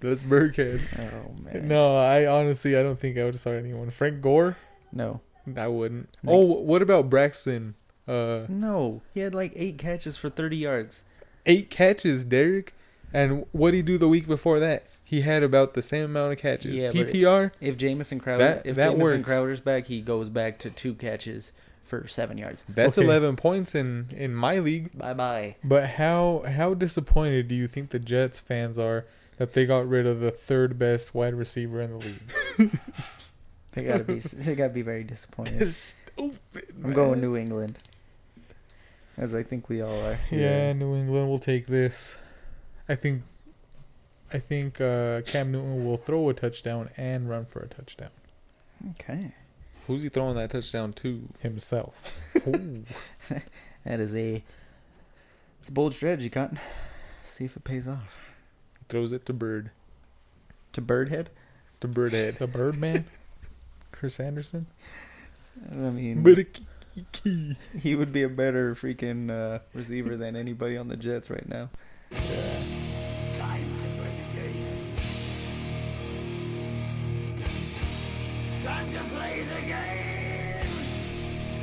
G: That's Burkhead.
B: Oh man.
G: No, I honestly I don't think I would have saw anyone. Frank Gore,
B: No.
G: I wouldn't. Oh, what about Braxton? Uh,
B: No. He had like eight catches for 30 yards.
G: eight catches, Derek. And what did he do the week before that? He had about the same amount of catches.
B: Yeah, but it-
G: PPR.
B: If Jamison Crowder,
G: That-
B: if
G: that
B: Jamison
G: works.
B: Crowder's back, he goes back to two catches for seven yards.
G: That's
C: Okay.
G: eleven points in in my league.
B: Bye bye.
G: But how how disappointed do you think the Jets fans are that they got rid of the third best wide receiver in the league?
B: They gotta be. they gotta be very disappointed.
G: Stupid.
B: I'm going New England, as I think we all are.
G: Yeah, New England will take this. I think I think uh, Cam Newton will throw a touchdown and run for a touchdown
B: Okay.
C: Who's he throwing that touchdown to?
G: himself.
B: That is a. It's a bold strategy, Cotton. See if it pays off.
C: He throws it to Bird.
B: To Birdhead.
G: The Birdhead. The Birdman? Chris Anderson?
B: I mean, he would be a better freaking uh, receiver than anybody on the Jets right now.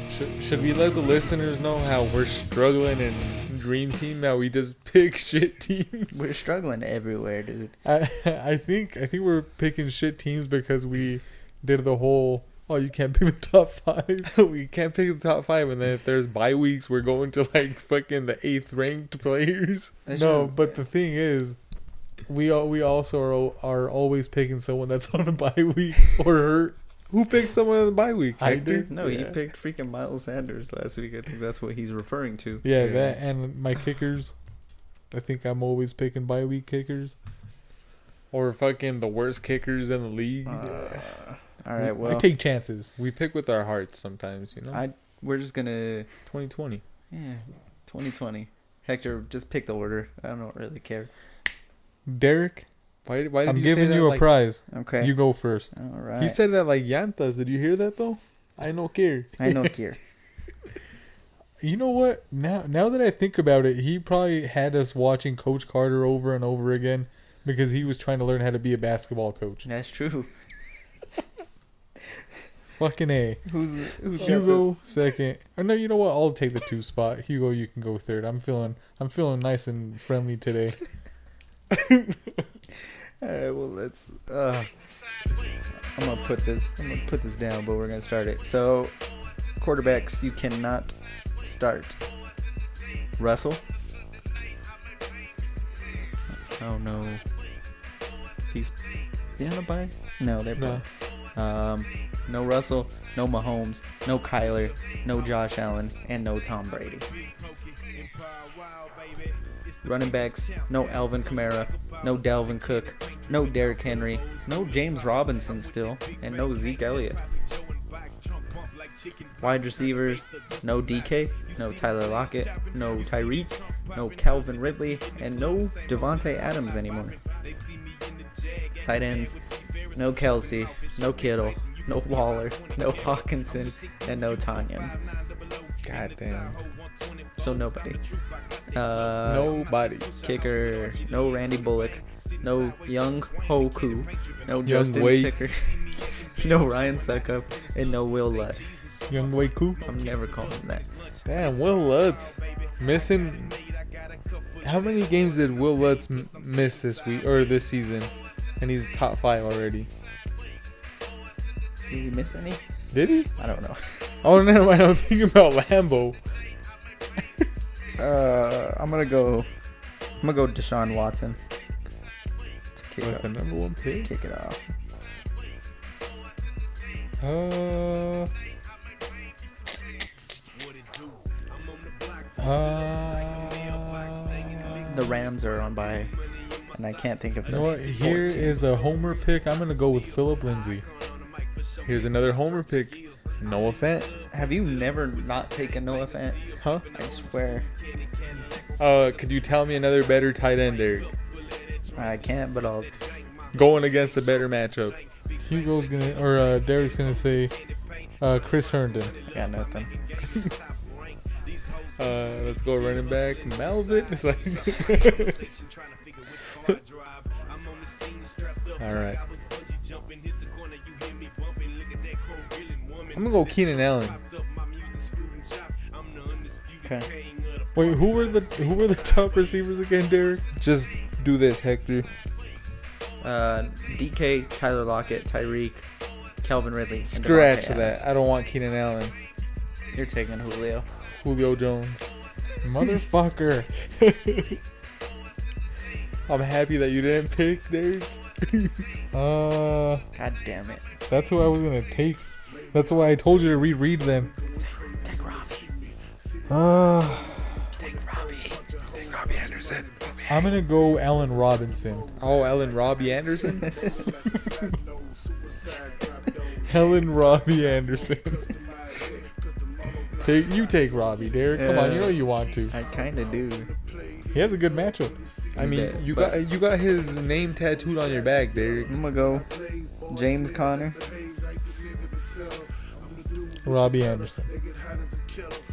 G: Should, should we let the listeners know how we're struggling in Dream Team now? We just pick shit teams.
B: We're struggling everywhere, dude.
G: I, I think I think we're picking shit teams because we did the whole oh you can't pick the top five. we can't pick the top five, and then if there's bye weeks, we're going to like fucking the eighth ranked players.
B: That's
G: no,
B: just-
G: but the thing is, we all we also are, al- are always picking someone that's on a bye week or hurt. Who picked someone on the bye week?
B: I
G: Hector?
B: did. No, he
G: Yeah.
B: picked freaking Miles Sanders last week. I think that's what he's referring to.
G: Yeah,
C: Yeah.
G: that and my kickers. I think I'm always picking bye week kickers.
C: Or fucking the worst kickers in the league.
B: Uh, All right.
G: I
B: Well,
G: take chances.
C: we pick with our hearts sometimes, you know?
B: I we're just gonna
C: 2020.
B: yeah, 2020. Hector, just pick the order. I don't really care.
G: Derek,
C: Why, why did
G: I'm
C: you
G: giving
C: say
G: you a
C: that, like,
G: prize.
B: Okay.
G: You go first.
B: All right.
G: He said that like llantas. Did you hear that though? I no care.
B: I don't care.
G: You know what? Now now that I think about it, he probably had us watching Coach Carter over and over again because he was trying to learn how to be a basketball coach.
B: That's true.
G: Fucking A.
B: Who's who's got
G: Hugo second. Or no, you know what? I'll take the two spot. Hugo, you can go third. I'm feeling I'm feeling nice and friendly today.
B: the- All right. Well, let's. Uh, I'm gonna put this. I'm gonna put this down, but we're gonna start it. So, quarterbacks, you cannot start. Russell. Oh no. He's. Is he on a bye? No, they're
G: No.
B: both. Um, no Russell, no Mahomes, no Kyler, no Josh Allen, and no Tom Brady. Running backs, no Alvin Kamara, no Dalvin Cook, no Derrick Henry, no James Robinson still, and no Zeke Elliott. Wide receivers, no DK, no Tyler Lockett, no Tyreek, no Calvin Ridley, and no Devontae Adams anymore. Tight ends, no Kelsey, no Kittle, no Waller, no Hawkinson, and no Tanya.
C: God damn.
B: So nobody. Uh,
C: Nobody.
B: kicker, no Randy Bullock, no Young Hoku, no Justin
C: Wade.
B: Tucker, no Ryan Suckup, and no Will Lutz.
G: Young Waku.
B: I'm never calling him that.
G: Damn, Will Lutz missing.
C: How many games did Will Lutz m- miss this week or this season? And he's top five already.
B: Did you miss any?
G: Did he?
B: I don't know.
G: Oh no, I don't think about Lambo.
B: Uh, I'm gonna go. I'm gonna go Deshaun Watson to kick,
G: With the
B: off,
G: number one pick.
B: kick it off.
G: Uh, uh,
B: The Rams are on by, and I can't think of
G: you
B: the.
G: know what? Here is a homer pick. I'm gonna go with Philip Lindsay.
C: Here's another homer pick. Noah Fant.
B: Have you never not taken Noah Fant?
G: Huh?
B: I swear,
C: Uh, could you tell me another better tight end, Derek?
B: I can't. But I'll.
C: Going against a better matchup.
G: Hugo's gonna or uh, Derek's gonna say uh, Chris Herndon.
B: I got nothing.
C: Uh, let's go running back, Melvin. It's like, all right. I'm gonna go Keenan Allen.
B: Okay.
C: Wait, who were the who were the top receivers again, Derek? Just do this, Hector.
B: Uh, DK, Tyler Lockett, Tyreek, Kelvin Ridley. and
C: Scratch
B: Devontae
C: that.
B: Adams.
C: I don't want Keenan Allen.
B: You're taking Julio.
C: Julio Jones. Motherfucker. I'm happy that you didn't pick Derek.
G: Uh,
B: God damn it.
G: that's who I was gonna take. That's why I told you to reread them.
B: Take Robbie.
G: Uh,
B: Take Robbie.
C: Robbie Anderson.
G: I'm gonna go Allen Robinson.
C: Oh, Ellen Robbie Anderson.
G: Helen Robbie Anderson. take you take Robbie, Derek. Come on, you know you want to.
B: I kind of do.
G: He has a good matchup.
C: I mean, you got you got his name tattooed on your back, Derek.
B: I'm going to go James Conner.
G: Robbie Anderson.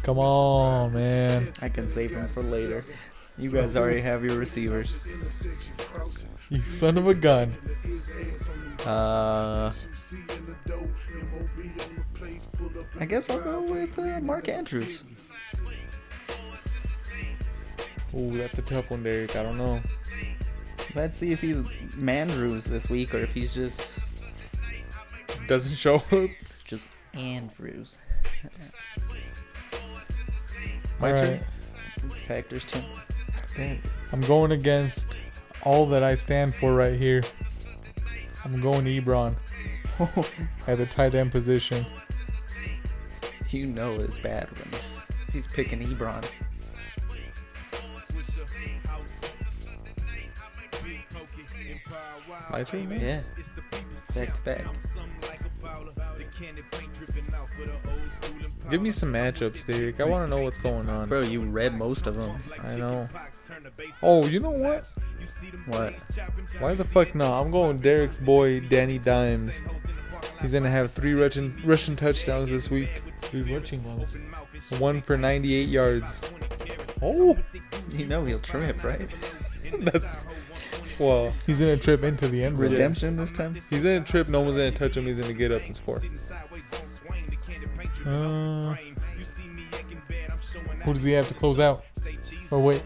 G: Come on, man.
B: I can save him for later. You guys already have your receivers.
G: You son of a gun.
B: Uh, I guess I'll go with uh, Mark Andrews.
C: Ooh, that's a tough one, Derek. I don't know.
B: Let's see if he's Mandrews this week or if he's just
C: Doesn't show up.
B: just Andrews.
C: My
G: All
C: turn.
G: right.
B: It's Hector's turn.
G: I'm going against all that I stand for right here. I'm going Ebron at the tight end position.
B: you know it's bad when he's picking Ebron.
C: My turn, man.
B: Yeah. Back to back.
C: Give me some matchups, Derek. I want to know what's going on.
B: Bro, you read most of them.
C: I know.
G: Oh, you know what?
B: What?
G: Why the fuck no? I'm going Derek's boy, Danny Dimes.
C: He's gonna have three Russian Russian touchdowns this week.
G: Three rushing ones.
C: One for 98 yards.
G: Oh,
B: You know he'll trip, right?
C: That's well.
G: he's gonna trip into the end zone.
B: Redemption this time?
C: He's gonna trip. No one's gonna touch him. He's gonna get up and score.
G: Uh, who does he have to close out? Oh wait,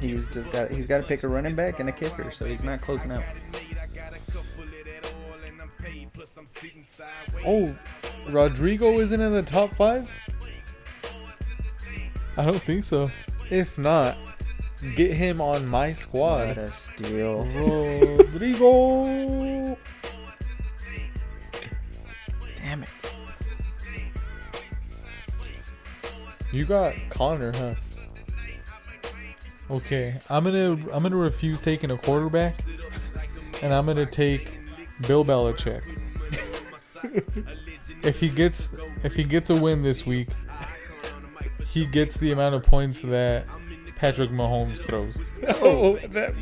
B: He's just got he's got to pick a running back and a kicker, so he's not closing out.
C: Oh, Rodrigo isn't in the top five.
G: I don't think so.
C: If not, get him on my
B: What
C: squad.
B: a steal!
G: Rodrigo.
B: Damn it!
C: You got Connor, huh?
G: Okay, I'm gonna I'm gonna refuse taking a quarterback, and I'm gonna take Bill Belichick. if he gets if he gets a win this week, he gets the amount of points that Patrick Mahomes throws.
C: Oh, that,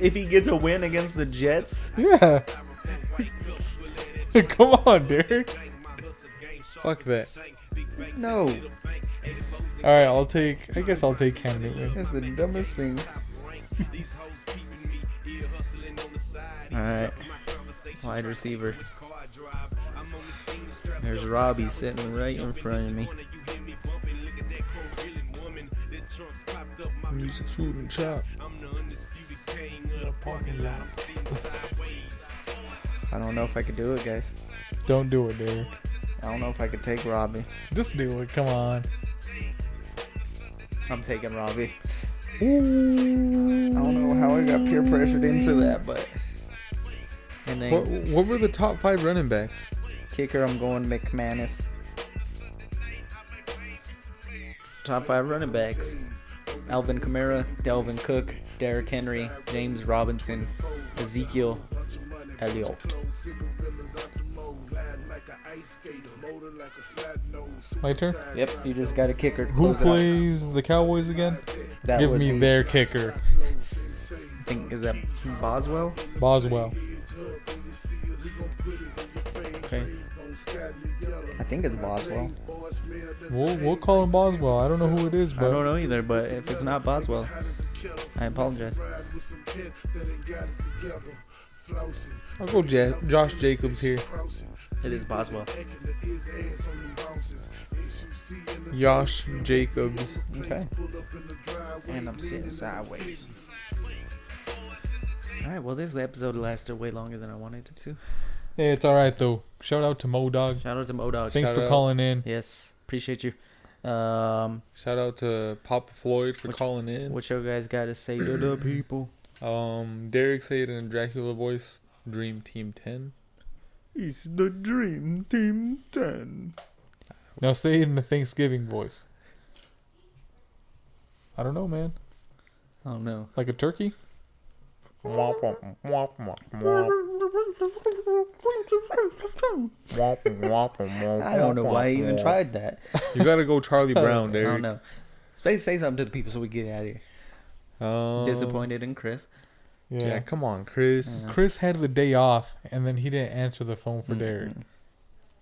B: If he gets a win against the Jets,
G: Yeah. Come on, Derek.
C: fuck that.
B: no,
G: All right, I'll take. I guess I'll take Cam Newton.
B: that's the dumbest thing. All right, wide receiver. There's Robbie sitting right in front of me.
C: Music shooting chop.
B: I don't know if I could do it, guys.
G: Don't do it, Derek.
B: I don't know if I could take Robbie.
G: Just do it. Come on.
B: I'm taking Robbie. I don't know how I got peer pressured into that, but. And then
C: What, what were the top five running backs?
B: kicker, I'm going McManus. Top five running backs: Alvin Kamara, Delvin Cook, Derrick Henry, James Robinson, Ezekiel Elliott.
G: My turn.
B: Yep, you just got a kicker. to
G: Who
B: close it out.
G: plays the Cowboys again?
B: That
G: Give
B: would
G: me
B: be-
G: their kicker,
B: I think is that Boswell.
G: Boswell.
B: Okay. I think it's Boswell.
G: We'll we'll call him Boswell. I don't know who it is,
B: I don't
G: but
B: know either, but if it's not Boswell, I apologize.
G: I'll go ja- Josh Jacobs here.
B: It is Boswell.
G: Josh Jacobs.
B: Okay. And I'm sitting sideways. All right. Well, this episode lasted way longer than I wanted it to.
G: Hey, it's all right though. Shout out to Mo Dog.
B: Shout out to Modog.
G: Thanks
C: Shout
G: for
C: out.
G: calling in.
B: Yes, appreciate you. Um,
C: Shout out to Papa Floyd for
B: Which-
C: calling in.
B: what you guys got to say to the people?
C: Um, Derek said in Dracula voice, Dream Team 10.
B: It's the Dream Team Ten.
G: Now say it in a Thanksgiving voice. I don't know, man.
B: Oh no.
G: Like a turkey?
C: Womp womp womp womp womp. Womp womp womp
B: I don't know
C: womp
B: why I even
C: womp.
B: tried that.
C: You gotta go Charlie Brown,
B: I
C: Derek.
B: don't know. Space, say something to the people so we get out of here.
C: Um,
B: Disappointed in Chris.
C: Yeah.
G: Yeah.
C: come on, Chris.
G: Chris had the day off and then he didn't answer the phone
B: Mm-hmm.
G: for Derek.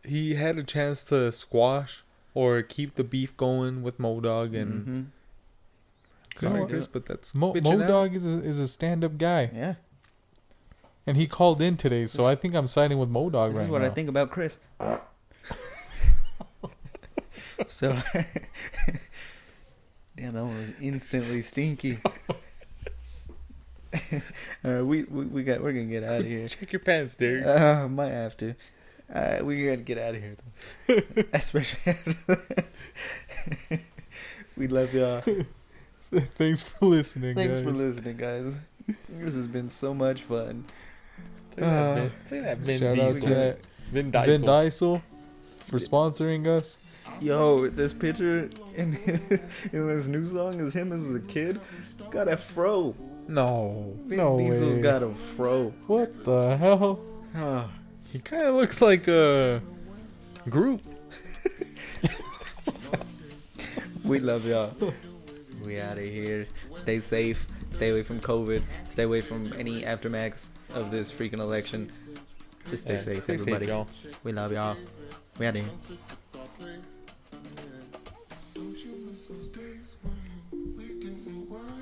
C: He had a chance to squash or keep the beef going with Modog and
B: hmm
C: sorry,
G: Mo-
C: Chris, but that's
G: Mo,
C: bitching
G: Mo
C: out.
G: Dog is a, is a stand up guy
B: Yeah.
G: and he called in today, so I think I'm siding with Mo Dog
B: This
G: right
B: is what
G: now.
B: I think about Chris. so, damn, that one was instantly stinky. All right, we, we we got we're gonna get out of here.
C: Check your pants, Derek.
B: Uh, might have to. Uh, we gotta get out of here, though. Especially after that. we love y'all.
G: Thanks for listening.
B: Thanks
G: guys.
B: for listening, guys. This has been so much fun.
C: Play that
B: uh,
C: Vin- play that Vin
G: Shout out to
C: Diesel.
G: that
C: Vin
G: Vin
C: Diesel.
G: Diesel for sponsoring us.
B: Yo, this picture in, in this new song is him as a kid. Got a fro.
G: No.
B: Vin
G: no
B: Diesel's
G: way.
B: got a fro.
G: What the hell?
B: Huh.
C: He kind of looks like a group.
B: We love y'all. We out of here. Stay safe. Stay away from COVID. Stay away from any aftermaths of this freaking election. Just stay
C: Yeah,
B: safe,
C: stay safe,
B: everybody.
C: y'all.
B: we love y'all. We out of here.
A: Don't you miss those days when we didn't worry?